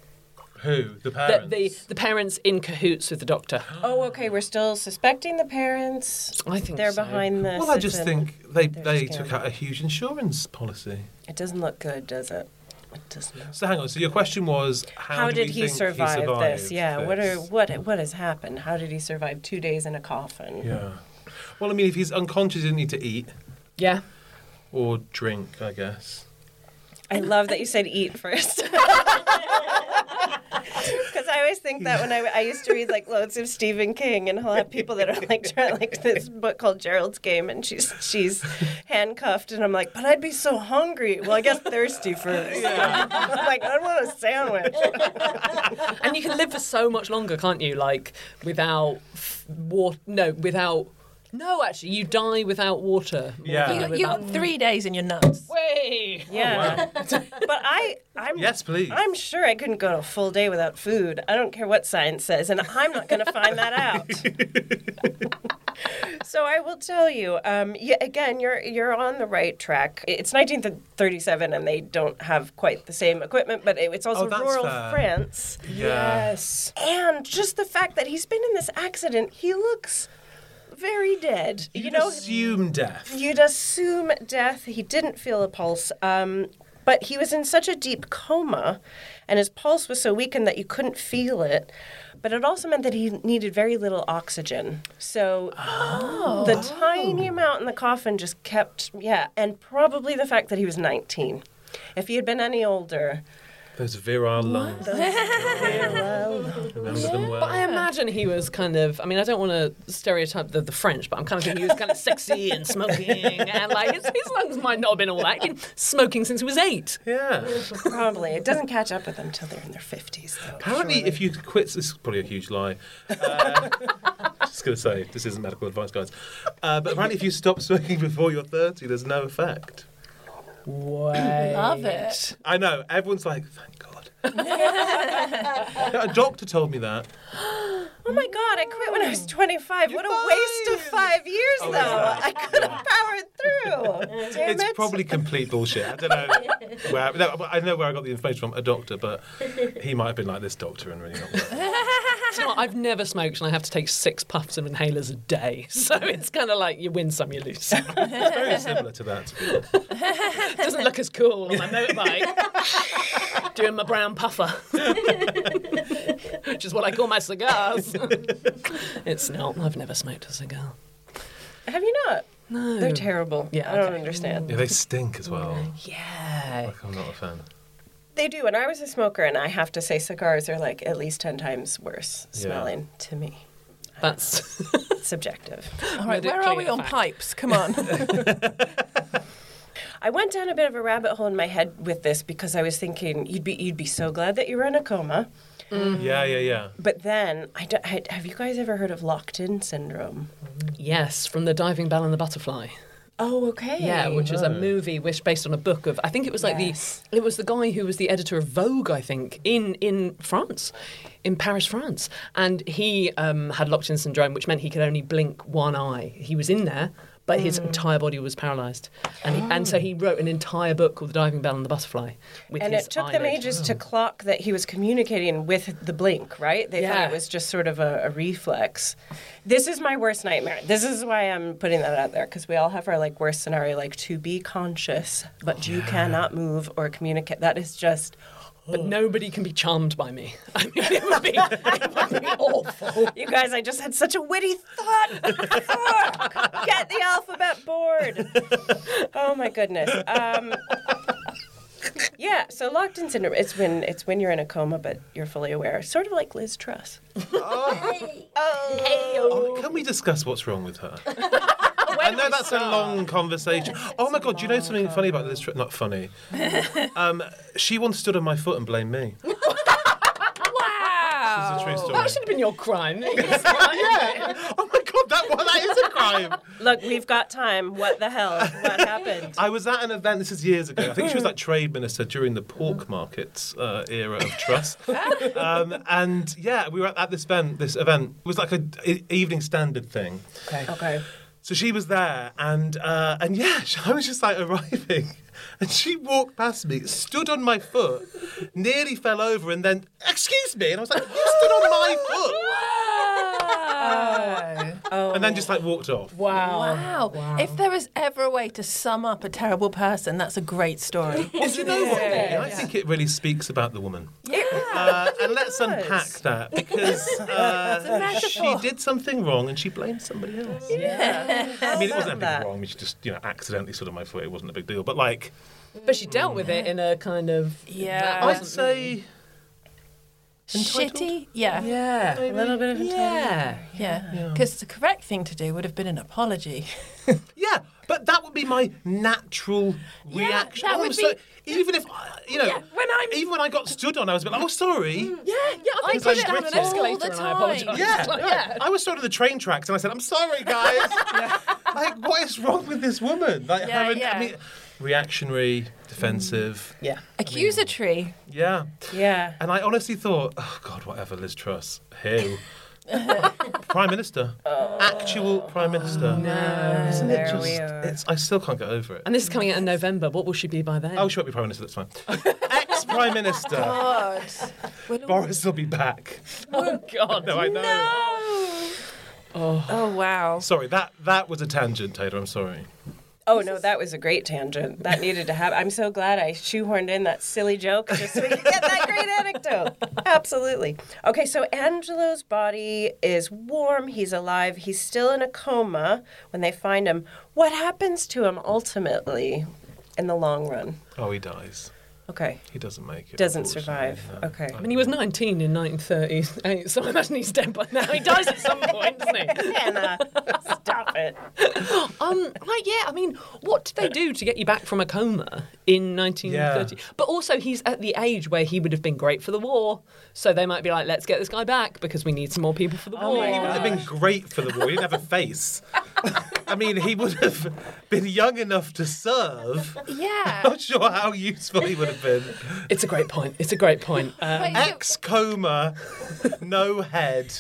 Speaker 5: Who? The
Speaker 6: The,
Speaker 5: parents?
Speaker 6: the the parents in cahoots with the doctor.
Speaker 3: Oh, okay. We're still suspecting the parents.
Speaker 6: I think
Speaker 3: they're
Speaker 6: so.
Speaker 3: behind this.
Speaker 5: well, I just
Speaker 3: and
Speaker 5: think they,
Speaker 3: they're
Speaker 5: they
Speaker 3: just
Speaker 5: took
Speaker 3: gonna-
Speaker 5: out a huge insurance policy.
Speaker 3: it doesn't look good, does it? It doesn't.
Speaker 5: So hang on. So your question was, how,
Speaker 3: How
Speaker 5: do
Speaker 3: did
Speaker 5: we
Speaker 3: he
Speaker 5: think
Speaker 3: survive
Speaker 5: he survived
Speaker 3: this? Yeah. What are what what has happened? How did he survive two days in a coffin?
Speaker 5: Yeah. Well, I mean, if he's unconscious, he didn't need to eat
Speaker 6: Yeah.
Speaker 5: or drink, I guess.
Speaker 3: I love that you said eat first. Because I always think that when I, I used to read like loads of Stephen King, and he'll have people that are like trying like this book called Gerald's Game, and she's she's handcuffed, and I'm like, but I'd be so hungry. Well, I guess thirsty first. I'm like I want a sandwich.
Speaker 6: and you can live for so much longer, can't you? Like without f- water. No, without. No, actually, you die without water. more
Speaker 5: Yeah.
Speaker 6: than
Speaker 5: You-
Speaker 7: You got three days in your nuts.
Speaker 6: Way.
Speaker 3: Yeah, but I I'm
Speaker 5: Yes, please.
Speaker 3: I'm sure I couldn't go a full day without food. I don't care what science says, and I'm not going to find that out. so I will tell you. Um, yeah, again, you're you're on the right track. It's 1937, and they don't have quite the same equipment, but it, it's also
Speaker 5: Oh, that's
Speaker 3: rural
Speaker 5: fair.
Speaker 3: France.
Speaker 5: Yeah.
Speaker 6: Yes.
Speaker 3: And just the fact that he's been in this accident, he looks very dead. You,
Speaker 5: You'd
Speaker 3: know,
Speaker 5: assume death.
Speaker 3: You'd assume death. He didn't feel a pulse. Um, but he was in such a deep coma and his pulse was so weakened that you couldn't feel it. But it also meant that he needed very little oxygen. So the tiny amount in the coffin just kept, yeah, and probably the fact that he was 19. If he had been any older,
Speaker 5: Those virile lungs. Remember them well.
Speaker 6: But I imagine he was kind of. I mean, I don't want to stereotype the, the French, but I'm kind of thinking he was kind of sexy and smoking, and like his, his lungs might not have been all that. He'd been smoking since he was eight.
Speaker 5: yeah.
Speaker 3: probably. It doesn't catch up with them till they're in their 50s, though.
Speaker 5: Apparently, if you quit, this is probably a huge lie. Uh, just going to say, this isn't medical advice, guys. Uh, but apparently, if you stop smoking before you're 30, there's no effect.
Speaker 7: Love it.
Speaker 5: I know. Everyone's like, thank God. a doctor told me that.
Speaker 3: Oh my god, I quit when I was 25. what a waste of five years, though.
Speaker 5: yeah.
Speaker 3: I could have powered through. Damn
Speaker 5: it's
Speaker 3: it.
Speaker 5: probably complete bullshit. I don't know where. No, but I know where I got the information from. A doctor, but he might have been like this doctor and really not. well.
Speaker 6: Do you know what? I've never smoked, and I have to take six puffs of inhalers a day. So it's kind of like you win some, you lose. some. It
Speaker 5: It's very similar to that. To be honest.
Speaker 6: doesn't look as cool on my motorbike doing my brown puffer, which is what I call my cigars. it's not. I've never smoked a cigar.
Speaker 3: Have you not? No. They're terrible.
Speaker 6: Yeah,
Speaker 3: I don't
Speaker 6: okay.
Speaker 3: understand.
Speaker 5: Yeah, they stink as well.
Speaker 6: Yeah.
Speaker 5: Like, I'm not a fan.
Speaker 3: They do. And I was a smoker, and I have to say, cigars are like at least 10 times worse
Speaker 5: Yeah.
Speaker 3: smelling to me.
Speaker 6: That's
Speaker 3: Subjective.
Speaker 7: All right, where are
Speaker 6: Medically
Speaker 7: we on
Speaker 6: fact.
Speaker 7: pipes? Come on.
Speaker 3: I went down a bit of a rabbit hole in my head with this because I was thinking you'd be you'd be so glad that you were in a coma.
Speaker 5: Yeah, yeah, yeah.
Speaker 3: But then I, don't, I have you guys ever heard of locked in syndrome?
Speaker 6: yes, from the diving bell and the butterfly.
Speaker 3: Oh, okay.
Speaker 6: Yeah, which is a movie which based on a book of I think it was like
Speaker 3: Yes.
Speaker 6: the it was the guy who was the editor of Vogue I think in in France, in Paris, France, and he um, had locked-in syndrome, which meant he could only blink one eye. He was in there. But his
Speaker 3: Hmm.
Speaker 6: entire body was paralysed, and, he, and so he wrote an entire book called *The Diving Bell and the Butterfly*. With
Speaker 3: Oh. And
Speaker 6: his
Speaker 3: it took them
Speaker 6: eyelid. Hmm.
Speaker 3: ages to clock that he was communicating with the blink, right? They
Speaker 6: Yeah.
Speaker 3: thought it was just sort of a, a reflex. This is my worst nightmare. This is why I'm putting that out there because we all have our like worst scenario, like to be conscious, but you cannot move or communicate. That is just.
Speaker 6: But nobody can be charmed by me. I mean, it would be, it would be awful.
Speaker 3: You guys, I just had such a witty thought. Fuck. Get the alphabet board. Oh my goodness. Um, yeah, so locked in syndrome. It's when it's when you're in a coma, but you're fully aware. Sort of like Liz Truss.
Speaker 5: Oh, can we discuss what's wrong with her?
Speaker 7: Where
Speaker 5: I
Speaker 7: do
Speaker 5: know
Speaker 7: we
Speaker 5: that's a
Speaker 7: start?
Speaker 5: long conversation. Oh my god, do you know something funny about this trip? Not funny. Um, she once stood on my foot and blamed me.
Speaker 7: Wow.
Speaker 5: It's a true story.
Speaker 6: That should have been your crime.
Speaker 5: yeah. Oh my god, that well, that is a crime.
Speaker 3: Look, we've got time. What the hell? What happened?
Speaker 5: I was at an event. This is years ago. I think she was like trade minister during the pork markets uh, era of trust. um, and yeah, we were at, at this event. This event it was like a e- evening standard thing.
Speaker 6: Okay. Okay.
Speaker 5: So she was there, and uh, and yeah, I was just like arriving, and she walked past me, stood on my foot, nearly fell over, and then excuse me, and I was like, you stood on my foot, and then just like walked off.
Speaker 6: Wow.
Speaker 7: Wow. If there is ever a way to sum up a terrible person, that's a great story.
Speaker 5: Well, do you know what? Vicky? I think it really speaks about the woman. Uh, and let's unpack that because uh, she did something wrong and she blamed somebody else. I mean, it wasn't anything wrong. I mean, she just, you know, accidentally stood on my foot. It wasn't a big deal. But like,
Speaker 6: But she dealt with it in a kind of
Speaker 7: Yeah.
Speaker 6: that
Speaker 5: I'd
Speaker 6: wasn't-
Speaker 5: say,
Speaker 7: Shitty. Yeah.
Speaker 6: yeah,
Speaker 7: Yeah.
Speaker 6: a little bit of yeah.
Speaker 7: Because the correct thing to do would have been an apology.
Speaker 5: yeah. But that would be my natural reaction.
Speaker 7: that
Speaker 5: Oh,
Speaker 7: would
Speaker 5: so-
Speaker 7: be-
Speaker 5: even if, I, you know,
Speaker 7: Yeah, when I'm- Mm.
Speaker 5: even when I got stood on, I was a bit like, oh, sorry.
Speaker 7: Yeah. Yeah. I
Speaker 5: Because
Speaker 7: do
Speaker 5: I'm
Speaker 7: it
Speaker 5: down an
Speaker 7: all
Speaker 6: escalator
Speaker 7: the
Speaker 6: and I
Speaker 7: time.
Speaker 6: apologise.
Speaker 5: Yeah,
Speaker 6: Like,
Speaker 5: yeah. I was sort of the train tracks, and I said, "I'm sorry, guys. Like, what is wrong with this woman? Like,
Speaker 7: Yeah,
Speaker 5: having,
Speaker 7: yeah.
Speaker 5: I mean, reactionary, defensive.
Speaker 6: yeah.
Speaker 7: Accusatory.
Speaker 5: Yeah.
Speaker 3: Yeah.
Speaker 5: And I honestly thought, oh God, whatever, Liz Truss, who, Prime Minister, actual Prime
Speaker 7: Oh,
Speaker 5: Minister. No, isn't it just? It's, I still can't get over it.
Speaker 6: And this is coming out in November. What will she be by then?
Speaker 5: Oh, she won't be Prime Minister. That's fine. Ex Prime Minister
Speaker 7: God.
Speaker 5: Boris will be back.
Speaker 6: oh God.
Speaker 5: No, I know.
Speaker 7: Oh wow.
Speaker 5: Sorry, that that was a tangent, Taylor. I'm sorry.
Speaker 3: Oh no, that was a great tangent. That needed to happen. I'm so glad I shoehorned in that silly joke just so we could get that great anecdote. Absolutely. Okay, so Angelo's body is warm. He's alive. He's still in a coma when they find him. What happens to him ultimately in the long run?
Speaker 5: Oh, he dies.
Speaker 3: Okay,
Speaker 5: He doesn't make it.
Speaker 3: doesn't
Speaker 5: unfortunately,
Speaker 3: survive.
Speaker 5: no.
Speaker 3: Okay.
Speaker 6: I mean, he was 19 in 1938, so I imagine he's dead by now. He dies at some point, doesn't he?
Speaker 3: Anna, stop it.
Speaker 6: Um, like, yeah, I mean, what did they do to get you back from a coma in 1930?
Speaker 5: Yeah.
Speaker 6: But also, he's at the age where he would have been great for the war, so they might be like, let's get this guy back because we need some more people for the war.
Speaker 5: He would have been great for the war. He didn't have a face. I mean, he would have been young enough to serve.
Speaker 7: Yeah.
Speaker 5: Not sure how useful he would have been.
Speaker 6: It's a great point. It's a great point. Uh,
Speaker 7: Wait, so-
Speaker 5: Ex coma, no head.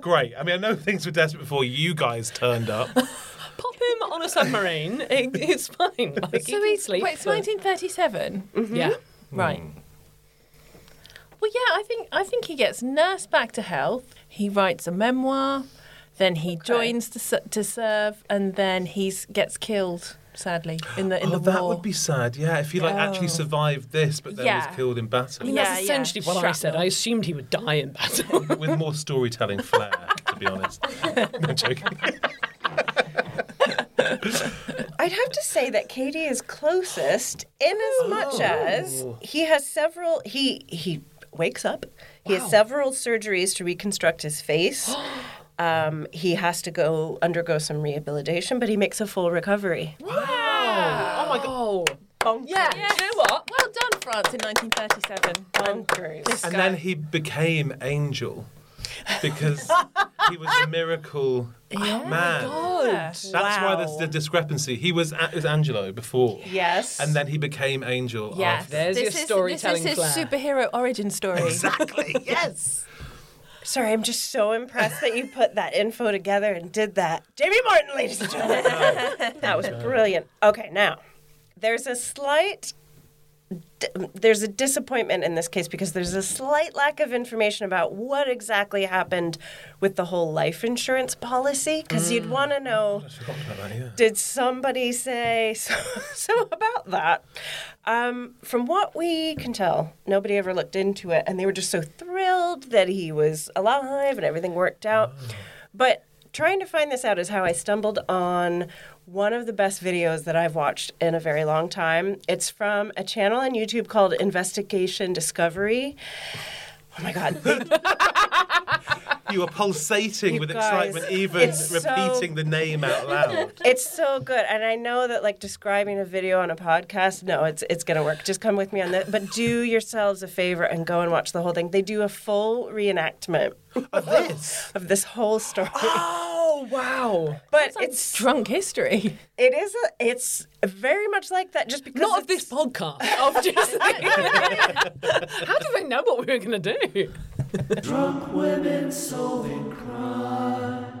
Speaker 5: Great. I mean, I know things were desperate before you guys turned up.
Speaker 6: pop him on a submarine. It, it's fine. Like, he
Speaker 7: So
Speaker 6: can
Speaker 7: he's
Speaker 6: sleep
Speaker 7: wait. It's
Speaker 6: for-
Speaker 7: 1937.
Speaker 6: Yeah.
Speaker 7: Right. Well, yeah, I think I think he gets nursed back to health. He writes a memoir, then he joins to, se- to serve, and then he gets killed. Sadly, in the in
Speaker 5: oh,
Speaker 7: the
Speaker 5: that
Speaker 7: war.
Speaker 5: would be sad. Yeah, if he like actually survived this, but then
Speaker 7: Yeah.
Speaker 5: was killed in battle.
Speaker 7: Yeah.
Speaker 6: That's essentially what I said. I assumed he would die in battle.
Speaker 5: With more storytelling flair, to be honest. No joking.
Speaker 3: I'd have to say that Katie is closest in as much as he has several he he wakes up. He has several surgeries to reconstruct his face. Um, he has to go undergo some rehabilitation, but he makes a full recovery.
Speaker 6: Oh my god.
Speaker 7: Yeah. You know what? Well done, France, in 1937.
Speaker 3: Oh, Bonkers.
Speaker 5: And then he became angel because he was a miracle man. That's why there's the discrepancy. He was, a- was Angelo before.
Speaker 3: Yes.
Speaker 5: And then he became angel
Speaker 7: Yes.
Speaker 5: after.
Speaker 6: There's your
Speaker 7: this is,
Speaker 6: storytelling
Speaker 7: This is his
Speaker 6: flair.
Speaker 7: superhero origin story.
Speaker 5: Exactly. Yes.
Speaker 3: Sorry, I'm just so impressed that you put that info together and did that. Jamie Martin, ladies and gentlemen. that was brilliant. Okay, now there's a slight d- there's a disappointment in this case because there's a slight lack of information about what exactly happened with the whole life insurance policy because you'd want to know did somebody say so, so about that? Um, from what we can tell, nobody ever looked into it, and they were just so thrilled that he was alive and everything worked out. But trying to find this out is how I stumbled on one of the best videos that I've watched in a very long time. It's from a channel on YouTube called Investigation Discovery. Oh my God.
Speaker 5: You are pulsating
Speaker 3: You
Speaker 5: with
Speaker 3: guys,
Speaker 5: excitement, even
Speaker 3: it's so-
Speaker 5: repeating the name out loud.
Speaker 3: It's so good, and I know that like describing a video on a podcast, no, it's it's gonna work. Just come with me on that. But do yourselves a favor and go and watch the whole thing. They do a full reenactment of this of this whole story.
Speaker 6: Oh wow!
Speaker 3: But it's
Speaker 7: drunk history.
Speaker 3: It is. A, it's very much like that. Just because
Speaker 6: not of this podcast. Of just how do they know what we were going to do?
Speaker 1: Drunk women solving crime.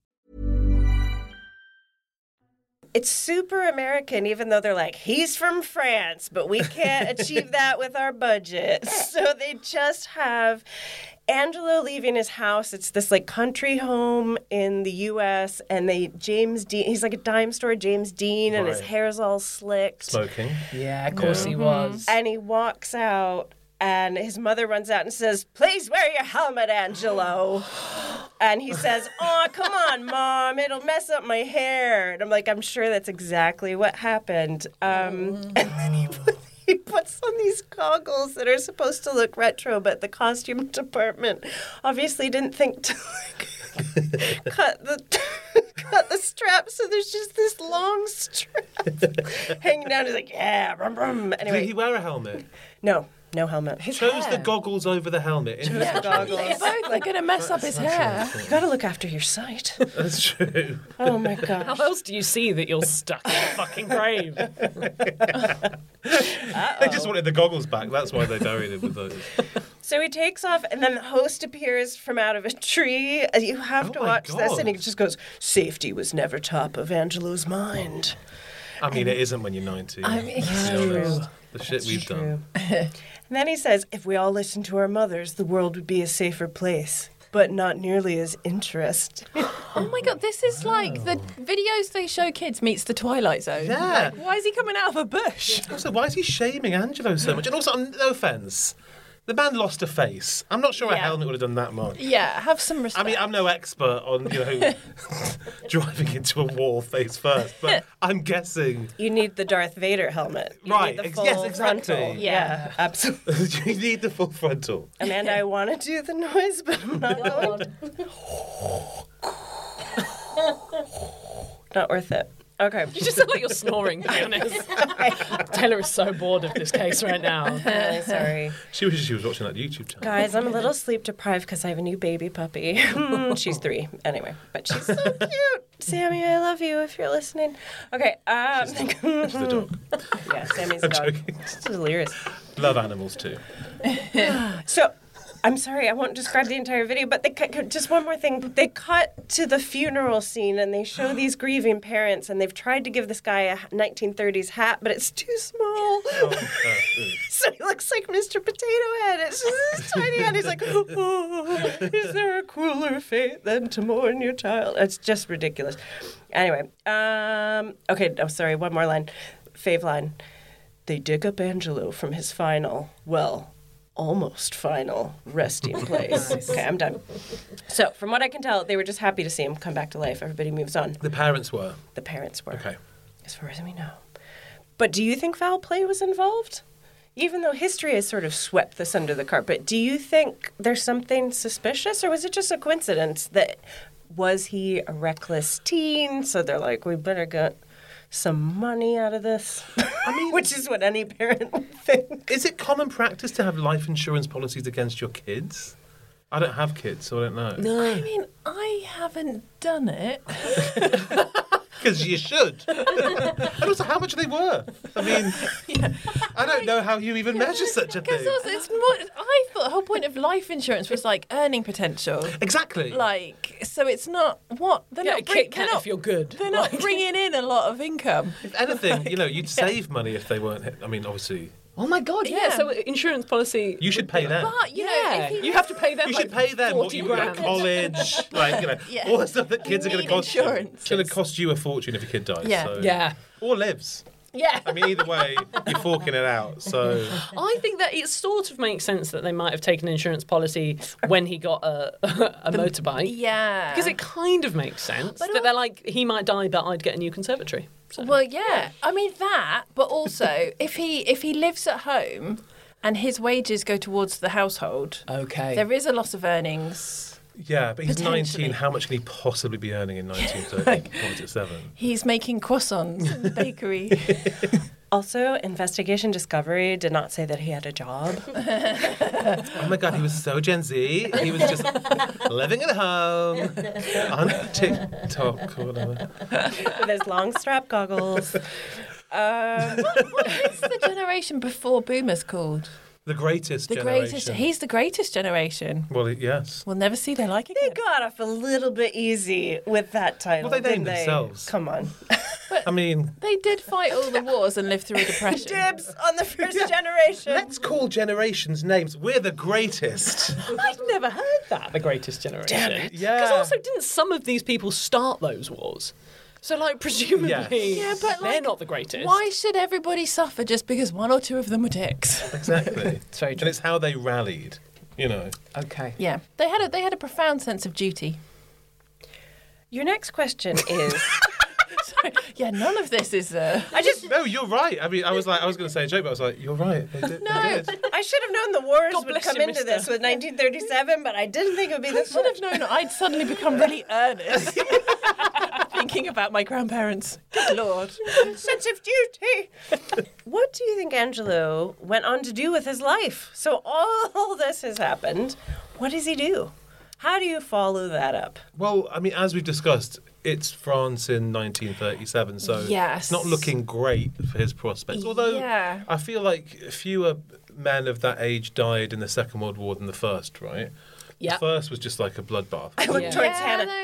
Speaker 3: It's super American, even though they're like, he's from France, but we can't achieve that with our budget. So they just have Angelo leaving his house. It's this like country home in the US, and they, James Dean, he's like a dime store James Dean, and his
Speaker 5: Right.
Speaker 3: hair's all slicked.
Speaker 5: Smoking.
Speaker 6: Yeah,
Speaker 5: of course he was.
Speaker 3: And he walks out, and his mother runs out and says, Please wear your helmet, Angelo. And he says, Oh, come on, mom, it'll mess up my hair. And I'm like, I'm sure that's exactly what happened. Um, and then he, put, he puts on these goggles that are supposed to look retro, but the costume department obviously didn't think to like, cut the. Cut the strap, so there's just this long strap hanging down. He's like, yeah, brum, brum. Anyway,
Speaker 5: Did he wear a helmet?
Speaker 3: no, no helmet.
Speaker 5: Chose the goggles over the helmet.
Speaker 3: Chose the goggles.
Speaker 7: They're going to mess up his hair.
Speaker 3: You gotta look after your sight.
Speaker 5: That's true.
Speaker 3: Oh my god.
Speaker 6: How else do you see that you're stuck in a fucking grave?
Speaker 5: They just wanted the goggles back. That's why they buried it with those.
Speaker 3: So he takes off, and then the host appears from out of a tree. Uh, You have
Speaker 5: Oh
Speaker 3: to watch this, and he just goes, "Safety was never top of Angelo's mind."
Speaker 5: I mean, it isn't when you're 90.
Speaker 3: I mean,
Speaker 5: let's
Speaker 3: it's
Speaker 5: be honest.
Speaker 3: true.
Speaker 5: The shit we've done.
Speaker 3: And then he says, "If we all listened to our mothers, the world would be a safer place, but not nearly as interest."
Speaker 7: Oh my god, this is like the videos they show kids meets the Twilight Zone.
Speaker 5: Yeah.
Speaker 7: Like, why is he coming out of a bush?
Speaker 5: Also, why is he shaming Angelo so much? And also, um, no offense, the man lost a face. I'm not sure a
Speaker 7: Yeah.
Speaker 5: helmet would have done that much.
Speaker 7: Yeah, have some
Speaker 5: I
Speaker 7: respect.
Speaker 5: mean, I'm no expert on you know driving into a wall face first, but I'm guessing
Speaker 3: You need the Darth Vader helmet, you
Speaker 5: Right,
Speaker 3: Need the
Speaker 5: ex-
Speaker 3: full
Speaker 5: yes, exactly.
Speaker 3: Frontal.
Speaker 5: Yeah.
Speaker 3: yeah, absolutely.
Speaker 5: you need the full frontal.
Speaker 3: Amanda, I want to do the noise, but I'm not going. to. not worth it. Okay.
Speaker 6: You just sound like you're snoring, to be honest. Taylor is so bored of this case right now.
Speaker 3: really sorry.
Speaker 5: She wishes she was watching that YouTube channel.
Speaker 3: Guys, I'm a little sleep deprived because I have a new baby puppy. Hmm, she's three. Anyway, but she's so cute. Sammy, I love you if you're listening. Okay. Um,
Speaker 5: She's the dog.
Speaker 3: Mm. yeah, Sammy's a
Speaker 5: I'm
Speaker 3: dog.
Speaker 5: joking.
Speaker 3: It's delirious.
Speaker 5: Love animals too.
Speaker 3: so I'm sorry, I won't describe the entire video, but they cut, cut- just one more thing. They cut to the funeral scene and they show these grieving parents, and they've tried to give this guy a 1930s hat, but it's too small.
Speaker 5: Oh,
Speaker 3: so he looks like Mr. Potato Head. It's just this tiny head. He's like, oh, is there a crueler fate than to mourn your child? It's just ridiculous. Anyway, um, okay, I'm sorry, one more line. Fave line. They dig up Angelo from his final, well, almost final resting place. Okay, I'm done. So, from what I can tell, they were just happy to see him come back to life. Everybody moves on.
Speaker 5: The parents were.
Speaker 3: The parents were.
Speaker 5: Okay.
Speaker 3: As far as we know. But do you think foul play was involved? Even though history has sort of swept this under the carpet, do you think there's something suspicious, or was it just a coincidence that was he a reckless teen? So they're like, we better get some money out of this. I mean, which is what any parent would think.
Speaker 5: Is it common practice to have life insurance policies against your kids? I don't have kids, so I don't know.
Speaker 7: I mean, I haven't done it.
Speaker 5: Because you should. and also, how much are they worth? I mean, I don't know how you even measure such a
Speaker 7: Because
Speaker 5: thing.
Speaker 7: also, it's more. I thought the whole point of life insurance was like earning potential.
Speaker 5: Exactly.
Speaker 7: Like, so it's not what they're
Speaker 6: Get
Speaker 7: not.
Speaker 6: a
Speaker 7: bring-
Speaker 6: Kit
Speaker 7: they're
Speaker 6: Kat
Speaker 7: not-
Speaker 6: if you're good.
Speaker 7: They're not bringing in a lot of income.
Speaker 5: If anything, you know, you'd save money if they weren't hit. I mean, obviously,
Speaker 6: Oh my god! Yeah.
Speaker 7: Yeah.
Speaker 6: So insurance policy.
Speaker 5: you should pay them.
Speaker 7: But you know,
Speaker 6: yeah.
Speaker 7: if he-
Speaker 6: you have to pay them.
Speaker 5: You
Speaker 6: like,
Speaker 5: should pay them what
Speaker 6: 40
Speaker 5: you go to
Speaker 6: grand.
Speaker 5: college, like you know,
Speaker 7: Yeah.
Speaker 5: all the stuff that kids are going
Speaker 7: Need
Speaker 5: to cost you.
Speaker 7: insurance.
Speaker 5: It's going to cost you a fortune if your kid dies.
Speaker 7: Yeah.
Speaker 5: so-
Speaker 6: Yeah.
Speaker 5: Or lives.
Speaker 7: yeah.
Speaker 5: I mean, either way, you're forking it out. So
Speaker 6: I think that it sort of makes sense that they might have taken an insurance policy when he got a, a motorbike.
Speaker 7: Yeah.
Speaker 6: Because it kind of makes sense
Speaker 7: But
Speaker 6: that they're like, he might die, but I'd get a new conservatory.
Speaker 7: Well, yeah. I mean that, but also if he if he lives at home and his wages go towards the household,
Speaker 6: Okay.
Speaker 7: there is a loss of earnings.
Speaker 5: yeah, but he's
Speaker 7: Potentially.
Speaker 5: 19. How much can he possibly be earning in 1937?
Speaker 7: He's making croissants in the bakery.
Speaker 3: Also, Investigation Discovery did not say that he had a job.
Speaker 5: oh my god, he was so Gen Z. He was just living at home on TikTok or whatever.
Speaker 3: with his long strap goggles. Um,
Speaker 7: What's the generation before boomers called?
Speaker 5: The greatest.
Speaker 7: The
Speaker 5: generation.
Speaker 7: greatest. He's the greatest generation.
Speaker 5: Well, yes.
Speaker 7: We'll never see their like
Speaker 3: they
Speaker 7: again.
Speaker 3: got off a little bit easy with that title.
Speaker 5: Well, they
Speaker 3: didn't
Speaker 5: named themselves.
Speaker 3: Come on.
Speaker 5: I mean,
Speaker 7: They did fight all the wars and live through a depression.
Speaker 3: Dibs on the first generation.
Speaker 5: let's call generations names. We're the greatest.
Speaker 6: I'd never heard that. The greatest generation.
Speaker 5: Yeah.
Speaker 6: Because also, didn't some of these people start those wars? So, like, presumably,
Speaker 5: Yes.
Speaker 7: Yeah, but,
Speaker 6: they're
Speaker 7: like,
Speaker 6: not the greatest.
Speaker 7: Why should everybody suffer just because one or two of them were dicks?
Speaker 5: Exactly.
Speaker 6: It's very
Speaker 5: and it's how they rallied, you know.
Speaker 6: Okay.
Speaker 7: Yeah, they had a they had a profound sense of duty.
Speaker 3: Your next question is
Speaker 7: Sorry. Yeah, none of this is. Uh...
Speaker 5: I just no, you're right. I mean, I was like, I was going to say a joke, but I was like, you're right. They did, they
Speaker 7: No,
Speaker 5: did.
Speaker 3: I should have known the wars
Speaker 6: God
Speaker 3: would
Speaker 6: bless
Speaker 3: come
Speaker 6: you,
Speaker 3: into
Speaker 6: mister.
Speaker 3: this with 1937, but I didn't think it would be
Speaker 7: I
Speaker 3: this
Speaker 7: should
Speaker 3: much.
Speaker 7: have known I'd suddenly become really earnest thinking about my grandparents. Good lord.
Speaker 3: sense of duty. what do you think Angelo went on to do with his life? So all this has happened. What does he do? How do you follow that up?
Speaker 5: Well, I mean, as we've discussed, it's France in 1937, so
Speaker 7: Yes.
Speaker 5: it's not looking great for his prospects. Although
Speaker 7: Yeah.
Speaker 5: I feel like fewer men of that age died in the Second World War than the first, right?
Speaker 6: Yeah.
Speaker 5: The first was just like a bloodbath.
Speaker 3: I look
Speaker 6: Yeah.
Speaker 3: towards
Speaker 7: Yeah,
Speaker 3: Hannah.
Speaker 7: no.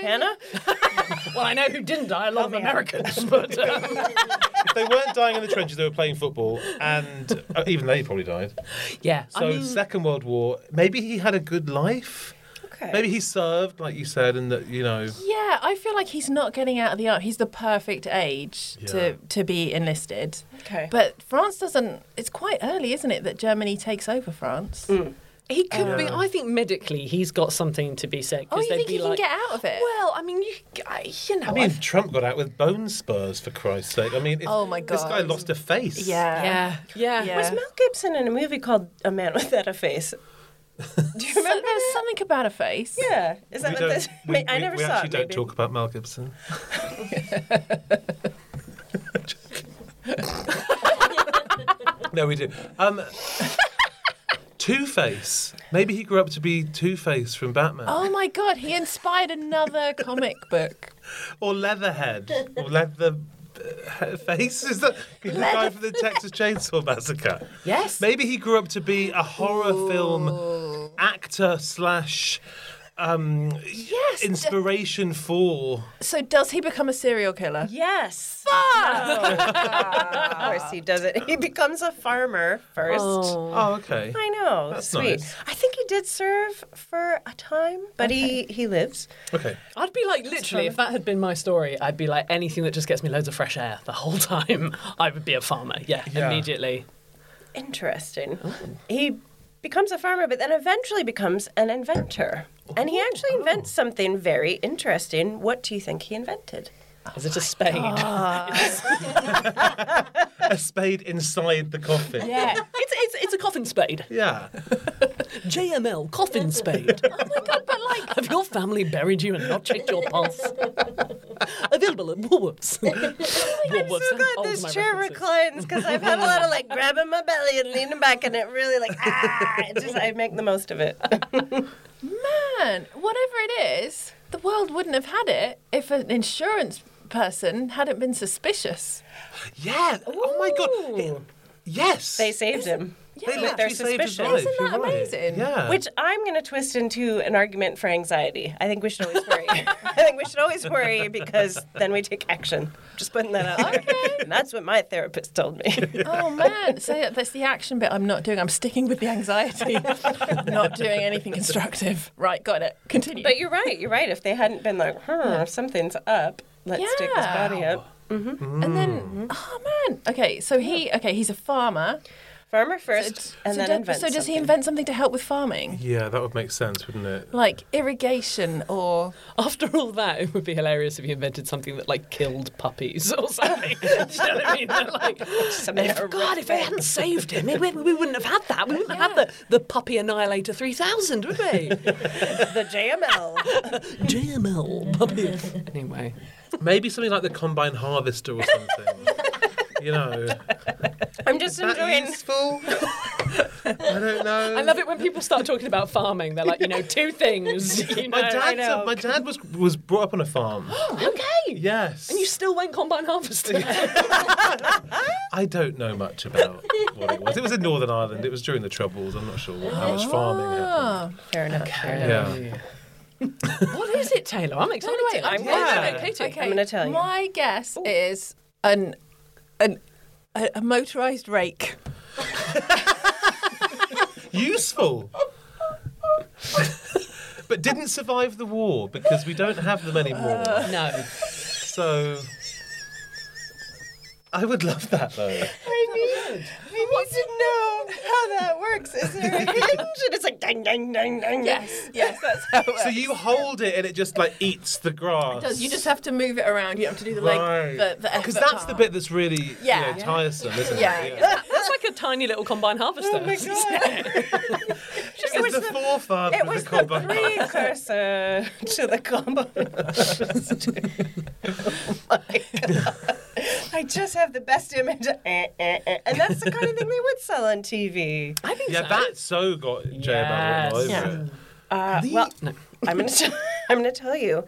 Speaker 3: Hannah?
Speaker 6: Well, I know who didn't die. A lot of Americans, but um,
Speaker 5: if they weren't dying in the trenches, they were playing football, and uh, even they probably died.
Speaker 6: yeah.
Speaker 5: So Second World War, maybe he had a good life.
Speaker 3: Okay.
Speaker 5: Maybe he served, like you said, and that you know.
Speaker 7: Yeah, I feel like he's not getting out of the art. He's the perfect age
Speaker 5: Yeah.
Speaker 7: to, to be enlisted.
Speaker 3: Okay.
Speaker 7: But France doesn't. It's quite early, isn't it, that Germany takes over France?
Speaker 6: Mm, He could be. I think medically, he's got something to be said.
Speaker 7: Oh,
Speaker 6: 'cause
Speaker 7: you
Speaker 6: they'd
Speaker 7: think
Speaker 6: be
Speaker 7: he
Speaker 6: like,
Speaker 7: can get out of it?
Speaker 6: Well, I mean, you, I- you know,
Speaker 5: I mean, Trump got out with bone spurs for Christ's sake. I mean, it's,
Speaker 7: Oh my
Speaker 5: this guy
Speaker 7: God.
Speaker 5: lost a face.
Speaker 7: yeah.
Speaker 6: yeah, yeah,
Speaker 7: Yeah.
Speaker 3: Was Mel Gibson in a movie called A Man Without a Face? Do you
Speaker 7: So
Speaker 3: remember?
Speaker 7: there's something about a face.
Speaker 3: Yeah. Is that
Speaker 5: We
Speaker 3: what
Speaker 5: don't,
Speaker 3: this?
Speaker 5: we,
Speaker 3: I
Speaker 5: we-
Speaker 3: never
Speaker 5: we
Speaker 3: saw
Speaker 5: actually
Speaker 3: it.
Speaker 5: don't
Speaker 3: maybe.
Speaker 5: talk about Mel Gibson. no, we do. Um, Two Face. Maybe he grew up to be Two Face from Batman.
Speaker 7: Oh my god, he inspired another comic book.
Speaker 5: Or Leatherhead. or Leather uh, Face. Is that the guy from the Texas Chainsaw Massacre?
Speaker 6: yes.
Speaker 5: Maybe he grew up to be a horror film actor slash um,
Speaker 7: Yes, d-
Speaker 5: inspiration for.
Speaker 7: So does he become a serial killer?
Speaker 3: Yes. of course he does it. He becomes a farmer first.
Speaker 5: Oh, okay.
Speaker 3: I know.
Speaker 5: That's
Speaker 3: sweet.
Speaker 5: nice.
Speaker 3: I think he did serve for a time, but he he lives.
Speaker 5: Okay.
Speaker 6: I'd be like, literally, if that had been my story, I'd be like, anything that just gets me loads of fresh air the whole time, I would be a farmer. Yeah,
Speaker 5: Yeah.
Speaker 6: immediately.
Speaker 3: Interesting.
Speaker 7: Oh.
Speaker 3: He becomes a farmer, but then eventually becomes an
Speaker 7: Oh,
Speaker 3: inventor. And he actually invents something very interesting. What do you think he invented?
Speaker 6: Is it a spade?
Speaker 5: a spade inside the coffin.
Speaker 6: yeah. It's, it's, it's a coffin spade.
Speaker 5: Yeah.
Speaker 6: JML coffin spade. oh my god, but like. Have your family buried you and not checked your pulse? Available at Woolworths.
Speaker 3: I'm so glad this chair reclines because I've had a lot of like grabbing my belly and leaning back, and it really like ah, it just I make the most of it.
Speaker 7: Man, whatever it is, the world wouldn't have had it if an insurance person hadn't been suspicious.
Speaker 5: Yeah. Oh my god. yes.
Speaker 3: They saved him.
Speaker 7: They
Speaker 3: With
Speaker 7: literally
Speaker 3: their
Speaker 7: saved his
Speaker 3: suspicion.
Speaker 7: life, Isn't you're that right. amazing? Yeah.
Speaker 3: Which I'm going to twist into an argument for anxiety. I think we should always worry. I think we should always worry because then we take action. Just putting that out there. And that's what my therapist told me.
Speaker 7: Oh man, so that's the action bit I'm not doing. I'm sticking with the anxiety. not doing anything constructive. Right, got it. Continue.
Speaker 3: But you're right. You're right. If they hadn't been like, hmm, something's up. Let's stick this body up.
Speaker 5: Mm.
Speaker 7: Mm-hmm. And then, oh man, okay. So he, okay, he's a farmer.
Speaker 3: Farmer first, and
Speaker 7: so
Speaker 3: then
Speaker 7: do-
Speaker 3: invent
Speaker 7: So does
Speaker 3: something.
Speaker 7: he invent something to help with farming,
Speaker 5: Yeah, that would make sense, wouldn't it?
Speaker 7: like irrigation or?
Speaker 6: After all that, it would be hilarious if you invented something that like killed puppies or something. Do you know what I mean? They're Like, if, God, if they hadn't saved him, we, we wouldn't have had that. We wouldn't have had the, the puppy annihilator three thousand, would we?
Speaker 3: the JML.
Speaker 6: JML puppy. Anyway,
Speaker 5: Maybe something like the combine harvester or something. you know.
Speaker 3: I'm just
Speaker 5: That
Speaker 3: enjoying.
Speaker 5: I don't know.
Speaker 6: I love it when people start talking about farming. They're like, you know, two things. You know,
Speaker 5: my
Speaker 6: I
Speaker 5: dad.
Speaker 6: know.
Speaker 5: My dad was was brought up on a farm.
Speaker 6: okay.
Speaker 5: yes.
Speaker 6: And you still went combine harvesting.
Speaker 5: I don't know much about what it was. It was in Northern Ireland. It was during the Troubles. I'm not sure how much farming happened.
Speaker 7: Ah,
Speaker 3: fair enough.
Speaker 5: Yeah.
Speaker 6: what is it, Taylor? I'm excited.
Speaker 7: Wait,
Speaker 6: I'm
Speaker 7: yeah.
Speaker 6: okay, too.
Speaker 7: Okay,
Speaker 3: I'm gonna tell you.
Speaker 7: My guess is
Speaker 4: An, an, a, a motorised rake.
Speaker 5: Useful. but didn't survive the war because we don't have them anymore.
Speaker 6: No.
Speaker 5: So I would love that though.
Speaker 3: I need, I need to know how that works. Is there a hinge? And it's like dang, dang, dang, dang.
Speaker 7: yes, yes.
Speaker 3: That's how it works.
Speaker 5: So you hold it and it just like eats the grass.
Speaker 7: Does you just have to move it around? You don't have to do the
Speaker 5: Right.
Speaker 7: leg, the, the effort
Speaker 5: Because that's the
Speaker 7: part.
Speaker 5: bit that's really you
Speaker 7: Yeah.
Speaker 5: know, tiresome, isn't
Speaker 7: Yeah.
Speaker 5: it?
Speaker 6: That's like a tiny little combine harvester.
Speaker 3: Oh my god!
Speaker 5: It was the forefather
Speaker 3: It
Speaker 5: of
Speaker 3: was
Speaker 5: the
Speaker 3: the
Speaker 5: combine.
Speaker 3: precursor to the combo. oh my god! I just have the best image, Eh, eh, eh. and that's the kind of thing they would sell on TV.
Speaker 6: I think
Speaker 5: Yeah,
Speaker 6: so.
Speaker 5: that so got JML all over
Speaker 6: Yes.
Speaker 5: it.
Speaker 3: Uh, well, I'm gonna t- I'm gonna tell you.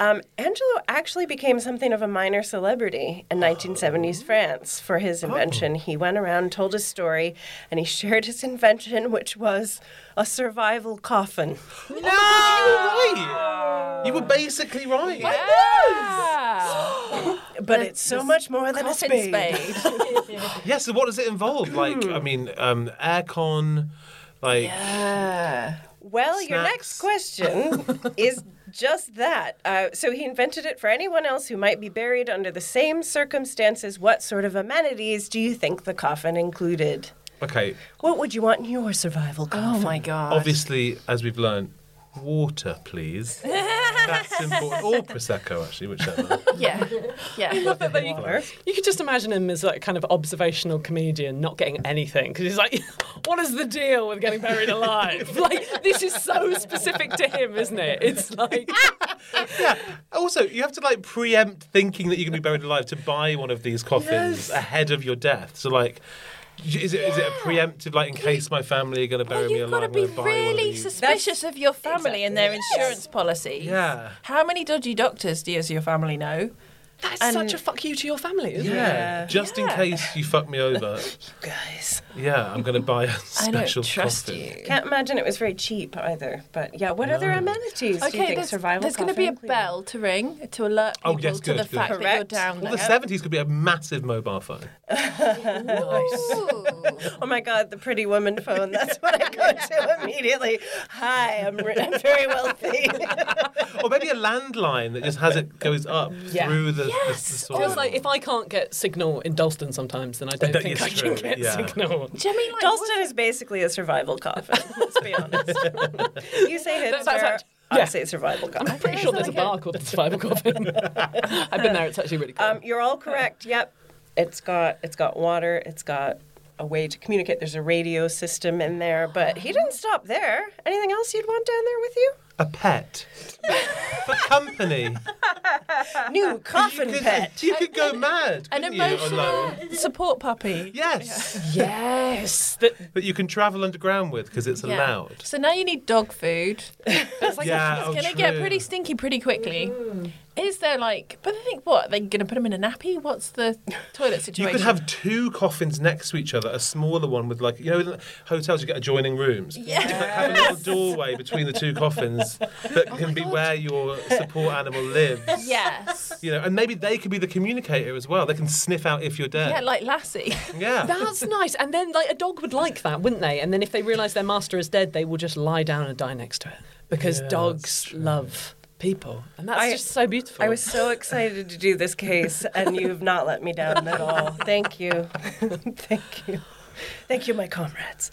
Speaker 3: Um, Angelo actually became something of a minor celebrity in 1970s France for his invention. He went around, told his story, and he shared his invention, which was a survival coffin.
Speaker 5: No! You were right. You were basically right.
Speaker 3: But it's so much more than a
Speaker 7: Coffin
Speaker 3: spade.
Speaker 7: spade.
Speaker 5: Yeah, so what does it involve? Like, I mean, um, aircon, like,
Speaker 3: Well, your next question is just that. Uh, so he invented it for anyone else who might be buried under the same circumstances. What sort of amenities do you think the coffin included?
Speaker 5: okay,
Speaker 3: What would you want in your survival coffin?
Speaker 7: Oh my god.
Speaker 5: obviously, as we've learned, water, please. That's important. Or Prosecco, actually, whichever.
Speaker 7: Yeah, yeah.
Speaker 3: Or-
Speaker 6: You could just imagine him as like kind of observational comedian, not getting anything because he's like, "What is the deal with getting buried alive?" like this is so specific to him, isn't it? It's like
Speaker 5: yeah. Also, you have to, like, preempt thinking that you're going to be buried alive to buy one of these coffins ahead of your death. So, like, is it, is it a preemptive, like, in case my family are going to bury me
Speaker 7: You've got
Speaker 5: alive?
Speaker 7: to
Speaker 5: I'm
Speaker 7: be
Speaker 5: gonna buy one of
Speaker 7: really
Speaker 5: these?
Speaker 7: suspicious of your family and their insurance policies.
Speaker 5: Yeah.
Speaker 7: How many dodgy doctors do you, your family know?
Speaker 6: that's
Speaker 7: And-
Speaker 6: such a fuck you to your family, isn't
Speaker 5: Yeah.
Speaker 6: it?
Speaker 5: Just in
Speaker 7: Yeah.
Speaker 5: case you fuck me over,
Speaker 3: Guys,
Speaker 5: yeah, I'm going to buy a
Speaker 7: I
Speaker 5: special
Speaker 7: don't trust
Speaker 5: coffin.
Speaker 7: you.
Speaker 3: can't imagine it was very cheap either. But yeah, what other amenities do you think
Speaker 7: there's,
Speaker 3: survival?
Speaker 7: there's going to be a
Speaker 3: coffin
Speaker 7: bell to ring to alert
Speaker 5: Oh,
Speaker 7: people
Speaker 5: yes,
Speaker 7: to
Speaker 5: good,
Speaker 7: the
Speaker 5: good.
Speaker 7: fact that you're
Speaker 3: Correct.
Speaker 7: down
Speaker 5: Well, the
Speaker 7: there.
Speaker 5: seventies could be a massive mobile phone.
Speaker 7: Ooh.
Speaker 3: included? Oh my God, the pretty woman phone. That's what I go to immediately. Hi, I'm, ri- I'm very wealthy.
Speaker 5: or maybe a landline that just has it goes up
Speaker 6: Yeah.
Speaker 5: through the, the, the
Speaker 7: Yes,
Speaker 5: soil.
Speaker 6: Just like if I can't get signal in Dalston sometimes, then I don't
Speaker 5: That
Speaker 6: think
Speaker 5: is
Speaker 6: I
Speaker 5: true,
Speaker 6: can get
Speaker 5: yeah.
Speaker 6: signal.
Speaker 7: Do you mean like
Speaker 3: Dalston is basically a survival coffin. Let's be honest. you say hits
Speaker 6: That's
Speaker 3: are
Speaker 6: act-
Speaker 3: I say it's survival coffin.
Speaker 6: I'm pretty sure there's a bar called the Survival Coffin. I've been there. It's actually really cool.
Speaker 3: Um, you're all correct. Yep. It's got it's got water. It's got a way to communicate. There's a radio system in there, but he didn't stop there. Anything else you'd want down there with you?
Speaker 5: A pet. For company.
Speaker 3: New coffin pet.
Speaker 5: You could go mad.
Speaker 7: An
Speaker 5: couldn't you,
Speaker 7: emotional
Speaker 5: alone?
Speaker 7: support puppy.
Speaker 5: Yes.
Speaker 7: Yes.
Speaker 5: That you can travel underground with because it's
Speaker 7: Yeah.
Speaker 5: allowed.
Speaker 7: So now you need dog food. It's like
Speaker 5: Yeah,
Speaker 7: it's
Speaker 5: oh,
Speaker 7: going to get
Speaker 5: true.
Speaker 7: pretty stinky pretty quickly.
Speaker 3: Mm.
Speaker 7: Is there like? But I think what they're going to put him in a nappy. What's the toilet
Speaker 5: You
Speaker 7: situation?
Speaker 5: could have two coffins next to each other, a smaller one with like you know in hotels you get adjoining rooms.
Speaker 7: Yes.
Speaker 5: Have a little doorway between the two coffins that
Speaker 7: Oh
Speaker 5: can be where your support animal lives.
Speaker 7: yes.
Speaker 5: You know, and maybe they could be the communicator as well. They can sniff out if you're dead.
Speaker 6: Yeah,
Speaker 7: like Lassie.
Speaker 5: Yeah.
Speaker 6: That's nice. And then, like, a dog would like that, wouldn't they? And then if they realise their master is dead, they will just lie down and die next to it. Because
Speaker 3: Yeah, that's
Speaker 6: dogs love people. And that's
Speaker 3: I-
Speaker 6: just so beautiful.
Speaker 3: I was so excited to do this case, and you've not let me down at all. Thank you. Thank you. Thank you, my comrades.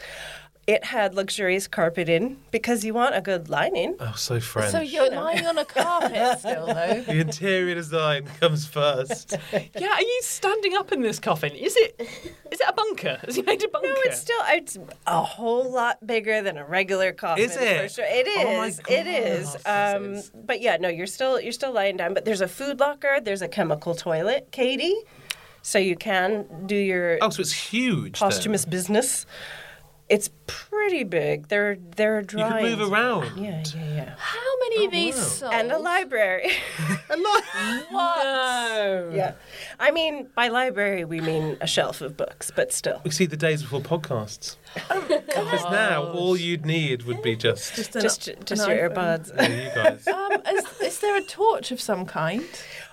Speaker 3: It had luxurious carpet in because you want a good lining.
Speaker 5: Oh, so French.
Speaker 7: So you're lying on a carpet still, though.
Speaker 5: the interior design comes first.
Speaker 6: Yeah, are you standing up in this coffin? Is it is it a bunker? Has he made a bunker?
Speaker 3: No, it's still it's a whole lot bigger than a regular coffin.
Speaker 6: Is it?
Speaker 3: For sure. It
Speaker 6: Oh my
Speaker 3: is. it is. Um, but yeah, no, you're still you're still lying down. But there's a food locker. There's a chemical toilet, Katie. So you can do your
Speaker 5: Oh, so it's huge. then.
Speaker 3: posthumous business. It's pretty big. They're they're
Speaker 5: You could
Speaker 3: drawing.
Speaker 5: move around.
Speaker 3: Yeah, yeah, yeah.
Speaker 7: How
Speaker 5: Oh,
Speaker 7: many of these? sold?
Speaker 3: And a library.
Speaker 5: a
Speaker 7: library. What?
Speaker 3: yeah. I mean, by library we mean a shelf of books, but still.
Speaker 5: We see the days before podcasts. Because now all you'd need would be just,
Speaker 7: Oh, Just an-
Speaker 3: Just
Speaker 7: an
Speaker 3: just your
Speaker 7: iPhone.
Speaker 3: earbuds.
Speaker 5: Yeah, you guys.
Speaker 7: Um, is, is there a torch of some kind?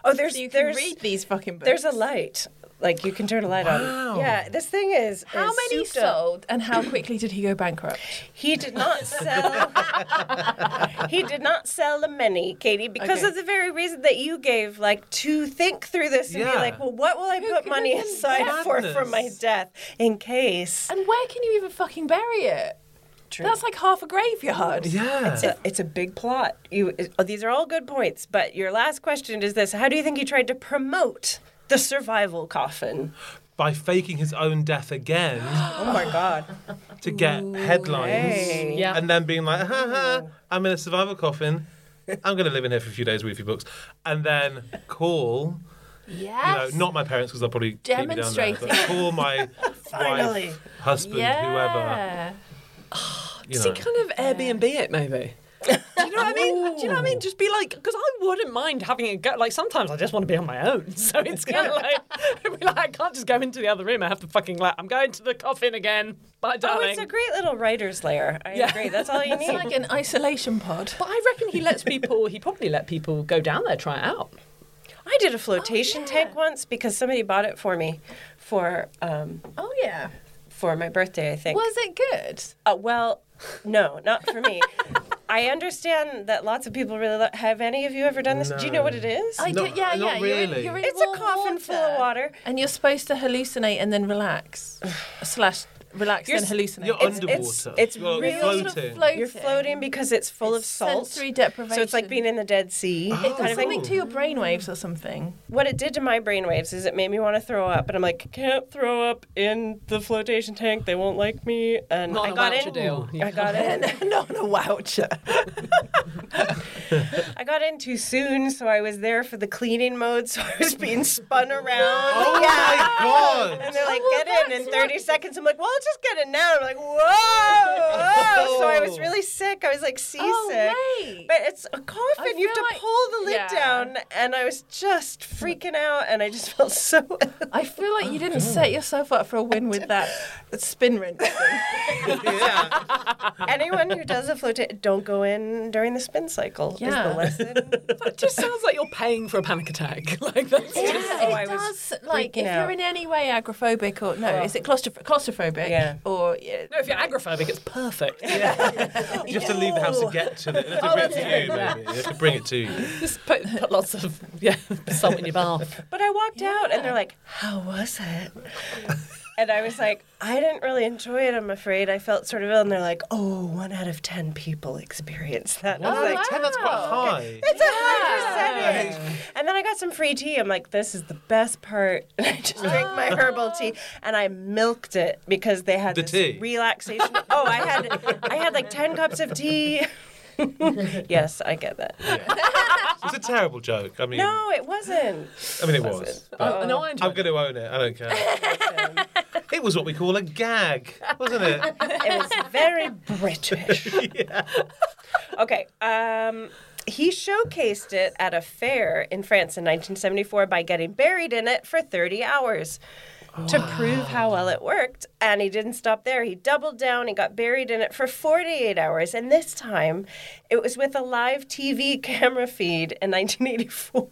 Speaker 3: Oh, there's
Speaker 7: so you can
Speaker 3: there's
Speaker 7: read these fucking books.
Speaker 3: there's a light. Like you can turn a light
Speaker 7: Wow.
Speaker 3: on. Yeah, this thing is
Speaker 7: How
Speaker 3: is
Speaker 7: many
Speaker 3: souped up.
Speaker 7: sold, and how quickly did he go bankrupt?
Speaker 3: He did not sell. he did not sell many, Katie, because
Speaker 7: Okay.
Speaker 3: of the very reason that you gave, like to think through this and be
Speaker 7: Yeah.
Speaker 3: like, well, what will I put
Speaker 7: could
Speaker 3: money
Speaker 7: have been
Speaker 3: aside for for
Speaker 7: madness?
Speaker 3: my death in case?
Speaker 7: And where can you even fucking bury it?
Speaker 3: True.
Speaker 7: That's like half a graveyard.
Speaker 3: it's a, it's a big plot. You, it- oh, these are all good points, but your last question is this: How do you think he tried to promote the survival coffin?
Speaker 5: By faking his own death again
Speaker 3: Oh my god!
Speaker 5: to get headlines
Speaker 3: hey. Yeah.
Speaker 5: and then being like, ha ha, I'm in a survival coffin. I'm going to live in here for a few days, read a few books. And then call,
Speaker 7: Yes.
Speaker 5: you know, not my parents because they'll probably keep me down there, but
Speaker 7: Demonstrating.
Speaker 5: call my
Speaker 7: Finally.
Speaker 5: wife, husband,
Speaker 7: yeah.
Speaker 5: whoever. You
Speaker 6: Does
Speaker 5: know.
Speaker 6: he kind of Airbnb it, maybe? Do you know what I mean? Do you know what I mean? Just be like, because I wouldn't mind having a go. Like sometimes I just want to be on my own, so it's kind of like, I'd be like, I can't just go into the other room. I have to fucking like, I'm going to the coffin again. Bye,
Speaker 3: Oh,
Speaker 6: darling.
Speaker 3: it's a great little writer's lair. I agree. That's all you
Speaker 6: It's
Speaker 3: need.
Speaker 6: like
Speaker 7: an isolation pod.
Speaker 6: But I reckon he lets people. He probably let people go down there try it out.
Speaker 3: I did a flotation
Speaker 7: Oh,
Speaker 3: tank once because somebody bought it for me for um,
Speaker 7: Oh yeah.
Speaker 3: for my birthday, I think.
Speaker 7: Was it good?
Speaker 3: Uh, well, no, not for me. I understand that lots of people really lo- have. Any of you ever done this? Do you know what it is?
Speaker 7: I do. Yeah, yeah. You're in, you're in
Speaker 3: it's
Speaker 7: warm
Speaker 3: a coffin full of water.
Speaker 7: and you're supposed to hallucinate and then relax, slash relax
Speaker 3: You're
Speaker 7: and
Speaker 3: s-
Speaker 7: hallucinate.
Speaker 5: You're
Speaker 3: It's-
Speaker 5: underwater.
Speaker 3: It's, it's
Speaker 5: You're
Speaker 3: really
Speaker 5: floating.
Speaker 3: You're floating because it's full of salt.
Speaker 7: sensory
Speaker 3: So it's like being in the Dead Sea.
Speaker 6: Oh.
Speaker 7: It
Speaker 3: kind
Speaker 7: does
Speaker 3: of thing.
Speaker 7: something to your brainwaves or something.
Speaker 3: what it did to my brainwaves is it made me want to throw up, and I'm like, can't throw up in the flotation tank. They won't like me. And
Speaker 6: Not
Speaker 3: I
Speaker 6: on a
Speaker 3: got
Speaker 6: voucher
Speaker 3: in.
Speaker 6: deal. You
Speaker 3: I got in.
Speaker 7: Not on a voucher.
Speaker 3: I got in too soon, so I was there for the cleaning mode. So I was being spun around.
Speaker 5: Oh my God.
Speaker 3: And they're like, get in in 30 seconds. I'm like, well, I'll just get in now. I'm like, whoa, whoa. So I
Speaker 5: Oh.
Speaker 3: was really sick. I was like seasick. But it's a coffin. You have to pull the lid
Speaker 7: yeah.
Speaker 3: down, and I was just freaking out, and I just felt so.
Speaker 7: I feel like you didn't set yourself up for a win with that spin rinse.
Speaker 3: Anyone who does a flotation, don't go in during the spin cycle. Is the
Speaker 6: Yeah.
Speaker 3: lesson.
Speaker 6: It just sounds like you're paying for a panic attack. Like that's
Speaker 7: Yeah,
Speaker 6: just.
Speaker 7: it does. Like,
Speaker 6: freaking
Speaker 7: if
Speaker 6: out.
Speaker 7: you're in any way agoraphobic or no, is it claustroph- claustrophobic?
Speaker 6: Yeah.
Speaker 7: Or yeah.
Speaker 6: No, if you're agoraphobic, it's perfect.
Speaker 5: You have to leave the house to get to the. You have
Speaker 3: Oh,
Speaker 5: to bring it to you,
Speaker 6: yeah.
Speaker 5: maybe. You have to bring it to you.
Speaker 6: Just put, put lots of yeah salt in your bath.
Speaker 3: But I walked out, and they're like, "How was it?" and I was like, I didn't really enjoy it, I'm afraid. I felt sort of ill. And they're like, oh, one out of 10 people experience that. And I
Speaker 5: One
Speaker 3: was
Speaker 5: out of
Speaker 3: like,
Speaker 5: 10, that's quite
Speaker 3: "Oh,
Speaker 5: high."
Speaker 3: okay." It's a high percentage. And then I got some free tea. I'm like, this is the best part. And I just drank my herbal tea and I milked it because they had
Speaker 5: The
Speaker 3: this
Speaker 5: tea.
Speaker 3: relaxation. oh, I had I had like 10 cups of tea. yes, I get that.
Speaker 5: It's a terrible joke. I mean,
Speaker 3: No, it wasn't.
Speaker 5: I mean it was. but
Speaker 3: Oh, no, I enjoyed
Speaker 5: I'm going to own it. I don't care. it was what we call a gag, wasn't it?
Speaker 3: It was very British. Okay. Um, he showcased it at a fair in France in 1974 by getting buried in it for 30 hours to prove how well it worked. And he didn't stop there. He doubled down and got buried in it for 48 hours. And this time, it was with a live TV camera feed in 1984.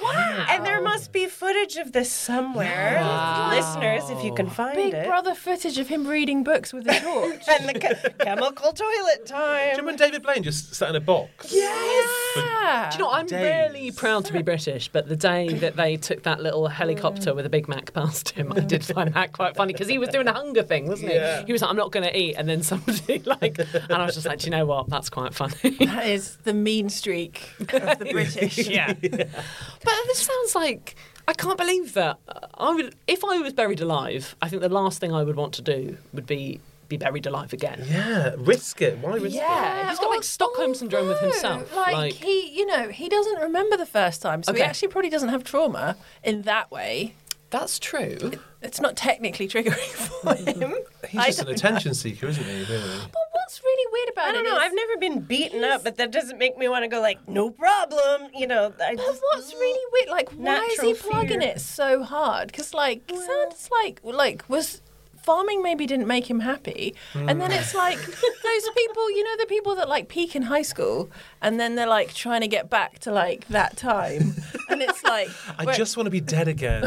Speaker 3: wow. And there must be footage of this somewhere. Listeners, if you can find
Speaker 7: Big
Speaker 3: it.
Speaker 7: Brother footage of him reading books with a torch.
Speaker 3: and the chemical toilet time.
Speaker 5: Do you remember David Blaine just sat in a box?
Speaker 7: Yeah.
Speaker 6: Do you know, I'm really proud to be British, but the day that they took that little helicopter with a Big Mac past him, I did find that quite funny because he was doing a hunger thing, wasn't he?
Speaker 7: Yeah.
Speaker 6: He was like, I'm not going to eat. And then somebody, like, and I was just like, do you know what? That's quite funny.
Speaker 7: That is the mean streak of the British.
Speaker 6: yeah. But this sounds like I can't believe that. uh, I would, if I was buried alive, I think the last thing I would want to do would be be buried alive again.
Speaker 5: Yeah, risk it. Why risk it?
Speaker 6: he's got like Stockholm syndrome with himself.
Speaker 7: oh, Like, he, you know, he doesn't remember the first time, so he
Speaker 6: Okay.
Speaker 7: actually probably doesn't have trauma in that way.
Speaker 6: That's true.
Speaker 7: It's not technically triggering for him.
Speaker 5: He's just an attention seeker, isn't he? Really?
Speaker 7: What's really weird about
Speaker 3: I don't know. I've never been beaten up, but that doesn't make me want to go like, no problem. You know, I just,
Speaker 7: What's really weird? Like, why is
Speaker 3: Natural
Speaker 7: he plugging
Speaker 3: fear.
Speaker 7: it so hard? Because, like, it sounds like like was farming maybe didn't make him happy, and then
Speaker 3: Mm.
Speaker 7: it's like those people, you know, the people that like peak in high school, and then they're like trying to get back to like that time, and it's like
Speaker 5: I
Speaker 7: where-
Speaker 5: just want to be dead again.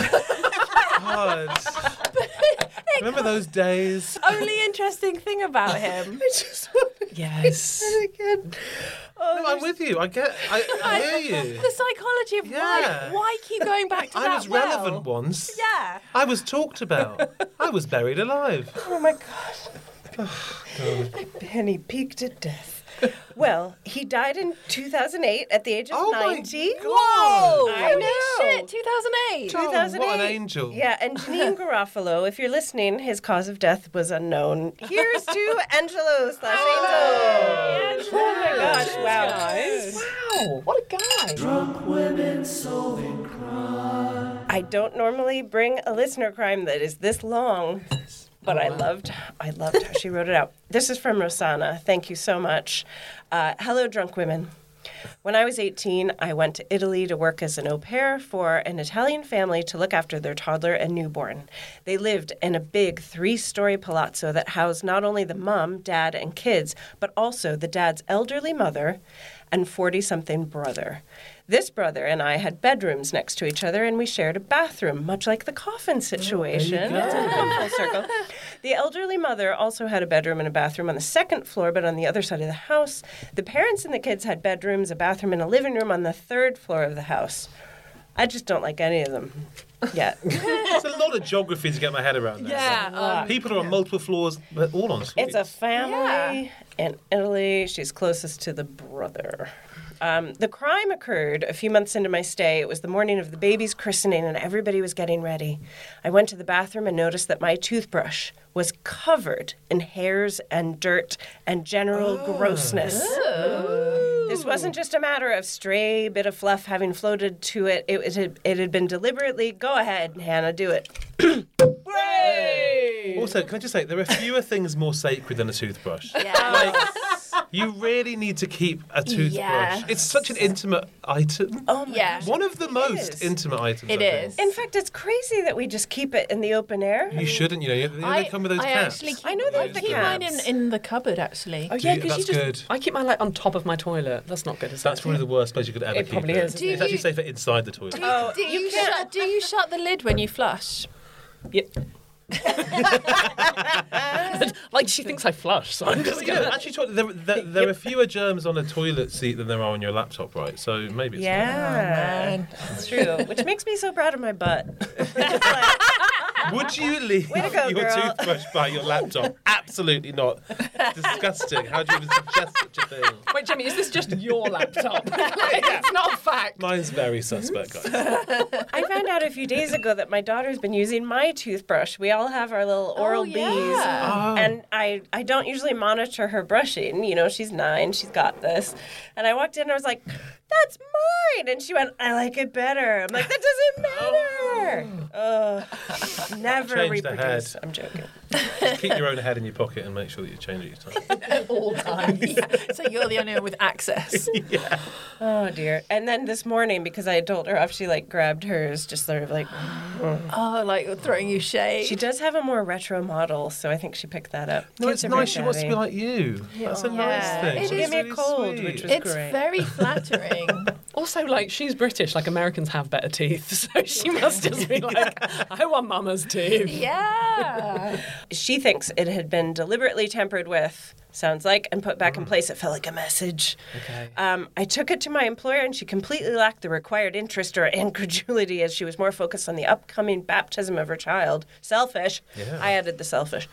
Speaker 5: God. Remember those days?
Speaker 7: only interesting thing about him.
Speaker 3: I just want to
Speaker 6: yes.
Speaker 3: again. Oh,
Speaker 5: no, I'm with you. I get. I, I hear you.
Speaker 7: The psychology of
Speaker 5: Yeah.
Speaker 7: why, why keep going back to
Speaker 5: I
Speaker 7: that
Speaker 5: was
Speaker 7: well?
Speaker 5: relevant once.
Speaker 7: Yeah.
Speaker 5: I was talked about. I was buried alive.
Speaker 3: Oh my god, Penny peaked at death. Well, he died in 2008 at the age of
Speaker 5: Oh my
Speaker 3: 90.
Speaker 5: God.
Speaker 3: Whoa! I
Speaker 7: Holy
Speaker 3: know.
Speaker 7: shit, 2008.
Speaker 5: Oh, what an
Speaker 3: 2008.
Speaker 5: angel.
Speaker 3: Yeah, and Janine Garofalo, if you're listening, his cause of death was unknown. Here's to Angelo slash Angel. Oh my gosh, wow.
Speaker 6: Wow, what a guy.
Speaker 1: Drunk women solving crime.
Speaker 3: I don't normally bring a listener crime that is this long, but I loved I loved how she wrote it out. This is from Rosanna. Thank you so much. Uh, Hello, drunk women. When I was 18, I went to Italy to work as an au pair for an Italian family to look after their toddler and newborn. They lived in a big three story palazzo that housed not only the mum, dad, and kids, but also the dad's elderly mother and 40 something brother. This brother and I had bedrooms next to each other, and we shared a bathroom, much like the coffin situation. It's all come full circle. The elderly mother also had a bedroom and a bathroom on the second floor, but on the other side of the house. The parents and the kids had bedrooms, a bathroom, and a living room on the third floor of the house. I just don't like any of them yet.
Speaker 5: It's a lot of geography to get my head around. now.
Speaker 3: Yeah, um,
Speaker 5: People are on multiple floors, but all on suite.
Speaker 3: It's a family in Italy. She's closest to the brother. Um, the crime occurred a few months into my stay. It was the morning of the baby's christening, and everybody was getting ready. I went to the bathroom and noticed that my toothbrush was covered in hairs and dirt and general grossness.
Speaker 7: Oh.
Speaker 3: This wasn't just a matter of stray bit of fluff having floated to it. It, it, had, it had been deliberately. Go ahead, Hannah, do it.
Speaker 5: Also, can I just say there are fewer things more sacred than a toothbrush.
Speaker 7: Yes.
Speaker 5: You really need to keep a toothbrush.
Speaker 7: Yes.
Speaker 5: It's such an intimate item.
Speaker 3: Oh my
Speaker 7: Yeah. gosh,
Speaker 5: One of the most
Speaker 3: is.
Speaker 5: intimate items.
Speaker 7: It
Speaker 5: I think.
Speaker 7: is.
Speaker 3: In fact, it's crazy that we just keep it in the open air.
Speaker 5: You shouldn't, you know. you- They come with those
Speaker 7: I
Speaker 5: caps.
Speaker 7: actually keep,
Speaker 3: I know they
Speaker 7: I
Speaker 3: have the
Speaker 7: keep mine in, in the cupboard actually.
Speaker 6: Oh
Speaker 5: Do
Speaker 6: yeah,
Speaker 5: you-
Speaker 6: because you
Speaker 5: that's
Speaker 6: just
Speaker 5: good.
Speaker 6: I keep my leg on top of my toilet. That's not good. Is
Speaker 5: That's
Speaker 6: it?
Speaker 5: probably the worst place you could ever
Speaker 6: It
Speaker 5: keep
Speaker 6: probably
Speaker 5: it.
Speaker 6: is,
Speaker 5: It's
Speaker 6: isn't
Speaker 7: it?
Speaker 5: actually safer inside the toilet.
Speaker 3: Oh,
Speaker 7: do you,
Speaker 3: you can't-
Speaker 7: shut, do you shut the lid when you flush?
Speaker 6: Yeah. like she thinks I flush, so I'm just
Speaker 5: Yeah,
Speaker 6: gonna.
Speaker 5: actually, to- there, there, there are fewer germs on a toilet seat than there are on your laptop, right? So maybe it's
Speaker 3: Yeah, it's true. Which makes me so proud of my butt. It's like,
Speaker 5: Would you leave
Speaker 1: Way to go,
Speaker 5: your
Speaker 1: girl.
Speaker 5: toothbrush by your laptop? Absolutely not. Disgusting. How do you even suggest such a thing?
Speaker 6: Wait, Jimmy, is this just your laptop? it's not fact.
Speaker 5: Mine's very suspect, guys.
Speaker 3: I found out a few days ago that my daughter's been using my toothbrush. We all have our little oral Bs.
Speaker 1: Oh.
Speaker 3: And I, I don't usually monitor her brushing. You know, she's nine, she's got this. And I walked in and I was like, that's mine. And she went, I like it better. I'm like, that doesn't matter. Ugh. never
Speaker 5: Oh. Change the head.
Speaker 3: reproduce. I'm joking.
Speaker 5: Just keep your own head in your pocket and make sure that you change it each time.
Speaker 3: At all times. so you're the only one with access.
Speaker 5: yeah.
Speaker 3: Oh dear. And then this morning, because I had told her off, she like grabbed hers, just sort of like Oh, like throwing you shade. She does have a more retro model, so I think she picked that up.
Speaker 5: No,
Speaker 3: Kids
Speaker 5: it's
Speaker 3: are very
Speaker 5: nice. She wants to be
Speaker 3: savvy.
Speaker 5: like you. That's a nice thing.
Speaker 3: She gave me a cold, which was
Speaker 6: It's
Speaker 3: great.
Speaker 6: very
Speaker 7: flattering.
Speaker 6: also, like, she's British, like, Americans have better teeth, so she must just be like, I want mama's teeth.
Speaker 7: Yeah.
Speaker 3: she thinks it had been deliberately tampered with, sounds like, and put back in place. It felt like a message.
Speaker 5: Mm. Okay.
Speaker 3: Um, I took it to my employer, and she completely lacked the required interest or incredulity as she was more focused on the upcoming baptism of her child. Selfish.
Speaker 1: Yeah.
Speaker 3: I added the selfish.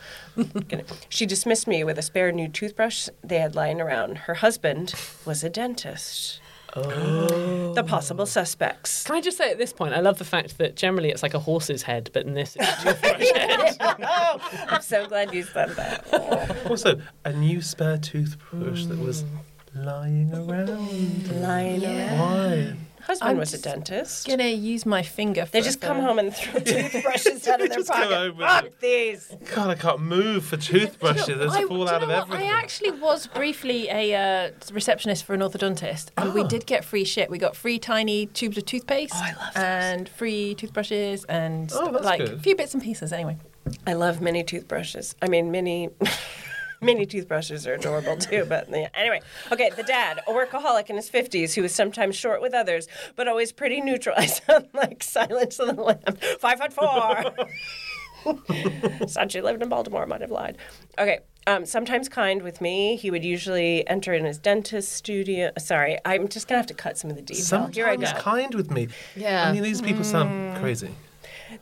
Speaker 3: Gonna- she dismissed me with a spare new toothbrush they had lying around. Her husband was a dentist.
Speaker 6: Oh.
Speaker 3: The possible suspects.
Speaker 6: Can I just say at this point, I love the fact that generally it's like a horse's head, but in this, it's
Speaker 3: oh, I'm so glad you said that.
Speaker 5: Also, a new spare toothbrush that was lying around.
Speaker 3: Lying
Speaker 7: Yeah.
Speaker 5: Why?
Speaker 3: Husband
Speaker 7: I'm
Speaker 3: was a
Speaker 7: just
Speaker 3: dentist.
Speaker 7: Gonna use my finger. For
Speaker 3: They just come home and throw toothbrushes out of their
Speaker 7: Just come
Speaker 3: pocket.
Speaker 5: home with
Speaker 3: Fuck
Speaker 5: them.
Speaker 3: these.
Speaker 5: God, I can't move for toothbrushes. There's
Speaker 7: I-
Speaker 5: a
Speaker 7: do
Speaker 5: fall
Speaker 7: you
Speaker 5: out
Speaker 7: know
Speaker 5: of
Speaker 7: what?
Speaker 5: everything.
Speaker 7: I actually was briefly a uh, receptionist for an orthodontist, and
Speaker 3: Oh.
Speaker 7: we did get free shit. We got free tiny tubes of toothpaste, and free toothbrushes, and
Speaker 3: Oh, that's
Speaker 7: like a
Speaker 3: good.
Speaker 7: few bits and pieces. Anyway,
Speaker 3: I love mini toothbrushes. I mean, mini. Mini toothbrushes are adorable too, but yeah. anyway. Okay, the dad, a workaholic in his 50s who is sometimes short with others, but always pretty neutral. I sound like Silence of the Lamb. Five foot four. Sanchi lived in Baltimore, might have lied. Okay, um, sometimes kind with me. He would usually enter in his dentist studio. Sorry, I'm just going to have to cut some of the detail. Here I go.
Speaker 5: Sometimes kind with me.
Speaker 3: Yeah.
Speaker 5: I mean, these people sound crazy.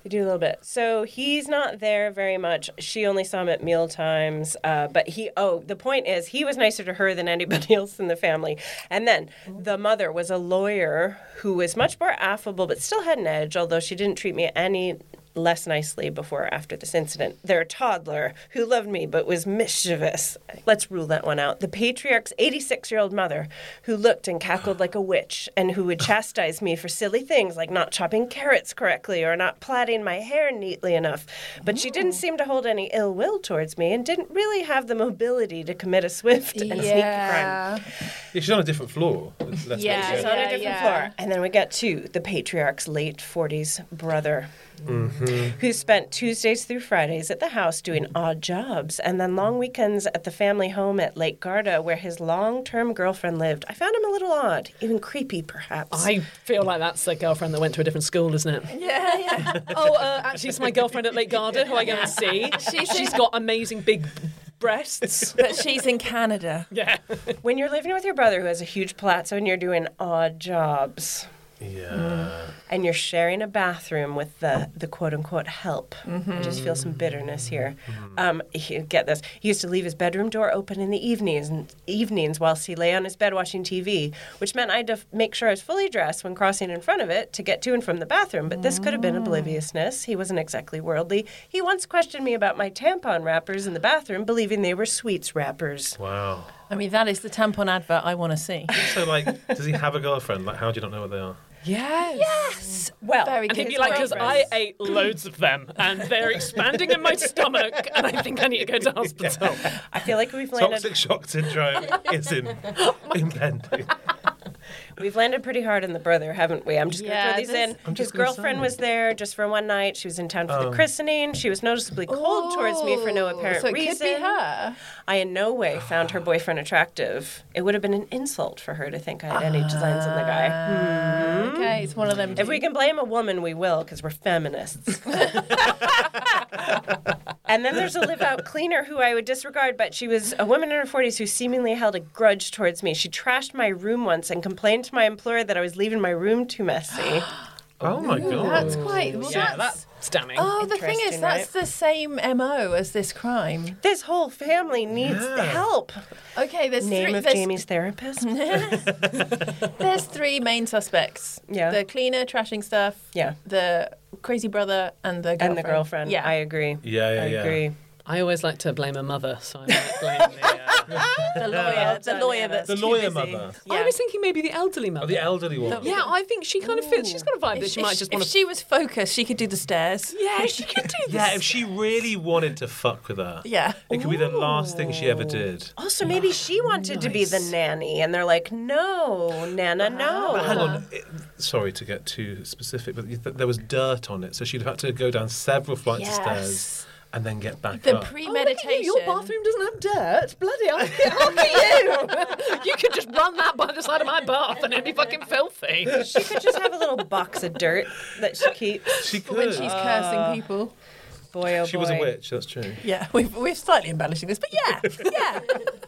Speaker 3: They do a little bit. So he's not there very much. She only saw him at meal times. Uh, but he, oh, the point is, he was nicer to her than anybody else in the family. And then the mother was a lawyer who was much more affable, but still had an edge, although she didn't treat me any less nicely before or after this incident. Their toddler, who loved me but was mischievous. Let's rule that one out. The patriarch's 86 year old mother, who looked and cackled like a witch and who would chastise me for silly things like not chopping carrots correctly or not plaiting my hair neatly enough. But she didn't seem to hold any ill will towards me and didn't really have the mobility to commit a swift and sneaky crime.
Speaker 5: Yeah, she's on a different floor. Let's make
Speaker 3: Yeah,
Speaker 5: it.
Speaker 3: she's on a different floor. And then we get to the patriarch's late 40s brother
Speaker 5: Mhm.
Speaker 3: who spent Tuesdays through Fridays at the house doing odd jobs and then long weekends at the family home at Lake Garda where his long term girlfriend lived. I found him a little odd, even creepy perhaps.
Speaker 6: I feel like that's the girlfriend that went to a different school, isn't it?
Speaker 7: Yeah, yeah.
Speaker 6: oh, uh, actually, it's my girlfriend at Lake Garda who I go and see.
Speaker 7: She's-
Speaker 6: she's got amazing big breasts.
Speaker 7: but she's in Canada.
Speaker 6: Yeah.
Speaker 3: when you're living with your brother who has a huge palazzo and you're doing odd jobs.
Speaker 5: Yeah.
Speaker 3: And you're sharing a bathroom with the, the quote unquote help. I just feel some bitterness here. Um, he- get this. He used to leave his bedroom door open in the evenings and evenings whilst he lay on his bed watching TV, which meant I had to f- make sure I was fully dressed when crossing in front of it to get to and from the bathroom. But this could have been obliviousness. He wasn't exactly worldly. He once questioned me about my tampon wrappers in the bathroom, believing they were sweets wrappers.
Speaker 5: Wow.
Speaker 7: I mean, that is the tampon advert I want to see.
Speaker 5: So, like, does he have a girlfriend? Like, how do you not know what they are?
Speaker 6: Yes.
Speaker 7: Yes.
Speaker 3: Well,
Speaker 6: and he'd be like, because I ate loads of them and they're expanding in my stomach and I think I need to go to hospital.
Speaker 3: I feel like we've landed.
Speaker 5: Toxic shock syndrome is in, impending.
Speaker 3: We've landed pretty hard on the brother, haven't we? I'm just
Speaker 7: Yeah,
Speaker 3: going to throw
Speaker 7: this-
Speaker 3: these in.
Speaker 7: I'm
Speaker 3: His
Speaker 7: just gonna
Speaker 3: girlfriend
Speaker 7: say.
Speaker 3: was there just for one night. She was in town for
Speaker 7: Oh.
Speaker 3: the christening. She was noticeably cold towards me for no
Speaker 7: Oh,
Speaker 3: apparent
Speaker 7: so it could be
Speaker 3: reason.
Speaker 7: her.
Speaker 3: I in no way found her boyfriend attractive. It would have been an insult for her to think I had any designs on the
Speaker 7: Ah.
Speaker 3: guy. Hmm.
Speaker 7: Okay, it's one of them.
Speaker 3: If we can blame a woman, we will, because we're feminists. and then there's a live out cleaner who I would disregard, but she was a woman in her 40s who seemingly held a grudge towards me. She trashed my room once and complained to my employer that I was leaving my room too messy.
Speaker 5: Oh my
Speaker 7: Ooh,
Speaker 5: god.
Speaker 7: that's quite- well, Yeah, that's-
Speaker 6: stunning.
Speaker 7: Oh, the thing is,
Speaker 6: Interesting,
Speaker 7: that's
Speaker 6: right?
Speaker 7: the same MO as this crime.
Speaker 3: This whole family needs
Speaker 6: Yeah.
Speaker 3: help.
Speaker 7: Okay, there's
Speaker 3: Name
Speaker 7: three,
Speaker 3: of
Speaker 7: there's,
Speaker 3: Jamie's therapist.
Speaker 7: there's three main suspects.
Speaker 3: Yeah.
Speaker 7: The cleaner trashing stuff.
Speaker 3: Yeah.
Speaker 7: The crazy brother and the girlfriend.
Speaker 6: And the girlfriend.
Speaker 7: Yeah.
Speaker 3: I agree.
Speaker 5: Yeah, yeah,
Speaker 6: I
Speaker 5: yeah.
Speaker 6: agree. I always like to blame a mother, so I might blame the,
Speaker 7: the lawyer. The lawyer that's
Speaker 5: The
Speaker 7: too
Speaker 5: lawyer
Speaker 7: busy.
Speaker 5: mother.
Speaker 8: I was thinking maybe the elderly mother.
Speaker 5: Oh, the elderly one.
Speaker 8: Yeah, I think she kind of fits. She's got a vibe
Speaker 7: If
Speaker 8: that she
Speaker 7: if
Speaker 8: might just want
Speaker 7: If
Speaker 8: to.
Speaker 7: she was focused, she could do the stairs.
Speaker 8: Yeah, she could do
Speaker 5: Yeah, if she really wanted to fuck with her,
Speaker 7: Yeah.
Speaker 5: it could be the last thing she ever did.
Speaker 3: Also, maybe she wanted to be the nanny, and they're like, "No, Nana, no."
Speaker 5: But hang
Speaker 7: Uh-huh.
Speaker 5: on, it, sorry to get too specific, but th- there was dirt on it, so she'd had to go down several flights
Speaker 7: Yes.
Speaker 5: of stairs and then get back
Speaker 7: The
Speaker 5: up.
Speaker 9: Oh,
Speaker 7: premeditation.
Speaker 4: Your bathroom doesn't have dirt. Bloody hell.
Speaker 6: you could just run that by the side of my bath and it'd be fucking filthy.
Speaker 3: She could just have a little box of dirt that she keeps.
Speaker 5: She could. When she's
Speaker 7: Oh, cursing people.
Speaker 3: Boy, oh
Speaker 5: she was a
Speaker 3: boy.
Speaker 5: witch. That's true.
Speaker 7: Uh, Yeah, we've, we're slightly embellishing this, but yeah, yeah.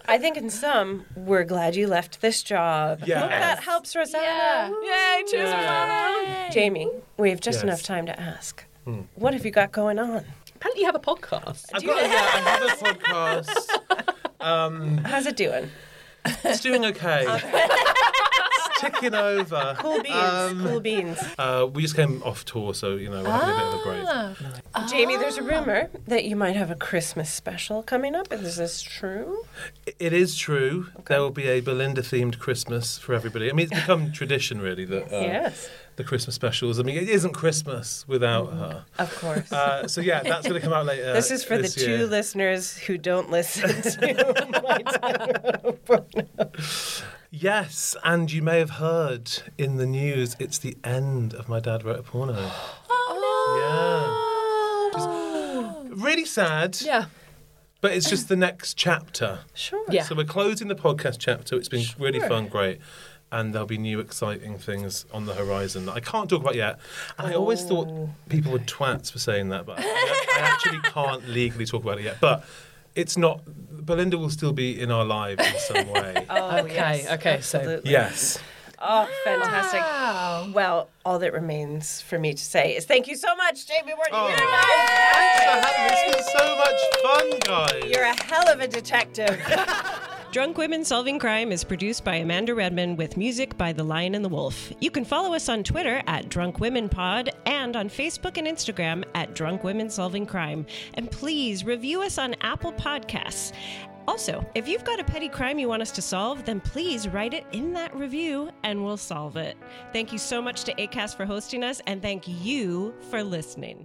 Speaker 3: I think in some, we're glad you left this job.
Speaker 5: Yeah.
Speaker 3: Look, that helps Rosanna.
Speaker 7: Yay, cheers, Rosanna.
Speaker 3: Jamie, we have just
Speaker 5: Yes. Hmm.
Speaker 3: enough time to ask. What have you got going on?
Speaker 6: Apparently, you have a podcast.
Speaker 5: I've got yeah, another podcast. Um,
Speaker 3: How's it doing?
Speaker 5: it's doing okay. it's ticking over.
Speaker 3: Cool beans.
Speaker 5: Um,
Speaker 3: cool beans.
Speaker 5: uh, we just came off tour, so you know we're having a bit of a break.
Speaker 3: Ah. Jamie, there's a rumor that you might have a Christmas special coming up. Is this true?
Speaker 5: It is true. There will be a Belinda themed Christmas for everybody. I mean, it's become tradition, really, that uh,
Speaker 3: Yes.
Speaker 5: the Christmas specials. I mean, it isn't Christmas without her.
Speaker 3: Of course.
Speaker 5: Uh, so, yeah, that's going to come out later.
Speaker 3: this is for the two
Speaker 5: year.
Speaker 3: listeners who don't listen to
Speaker 5: Yes, and you may have heard in the news it's the end of My Dad Wrote a Porno. oh, no. Yeah. Just really sad.
Speaker 6: Yeah.
Speaker 5: But it's just the next chapter.
Speaker 3: Sure.
Speaker 6: Yeah.
Speaker 5: So we're closing the podcast chapter. It's been really fun, great. And there'll be new exciting things on the horizon that I can't talk about yet. And I always thought people were twats for saying that, but I, I actually can't legally talk about it yet. But it's not, Belinda will still be in our lives in some way.
Speaker 3: Oh,
Speaker 6: Okay,
Speaker 3: yes,
Speaker 6: okay, so-
Speaker 3: absolutely.
Speaker 5: yes.
Speaker 3: Oh, fantastic. Well, all that remains for me to say is thank you so much, Jamie Wharton.
Speaker 5: Oh.
Speaker 3: You're,
Speaker 5: Thanks for
Speaker 3: a-
Speaker 5: having me. It's been so much fun, guys.
Speaker 3: you're a hell of a detective. Drunk Women Solving Crime is produced by Amanda Redman with music by The Lion and the Wolf. You can follow us on Twitter at Drunk Women Pod and on Facebook and Instagram at Drunk Women Solving Crime. And please review us on Apple Podcasts. Also, if you've got a petty crime you want us to solve, then please write it in that review and we'll solve it. Thank you so much to ACAST for hosting us and thank you for listening.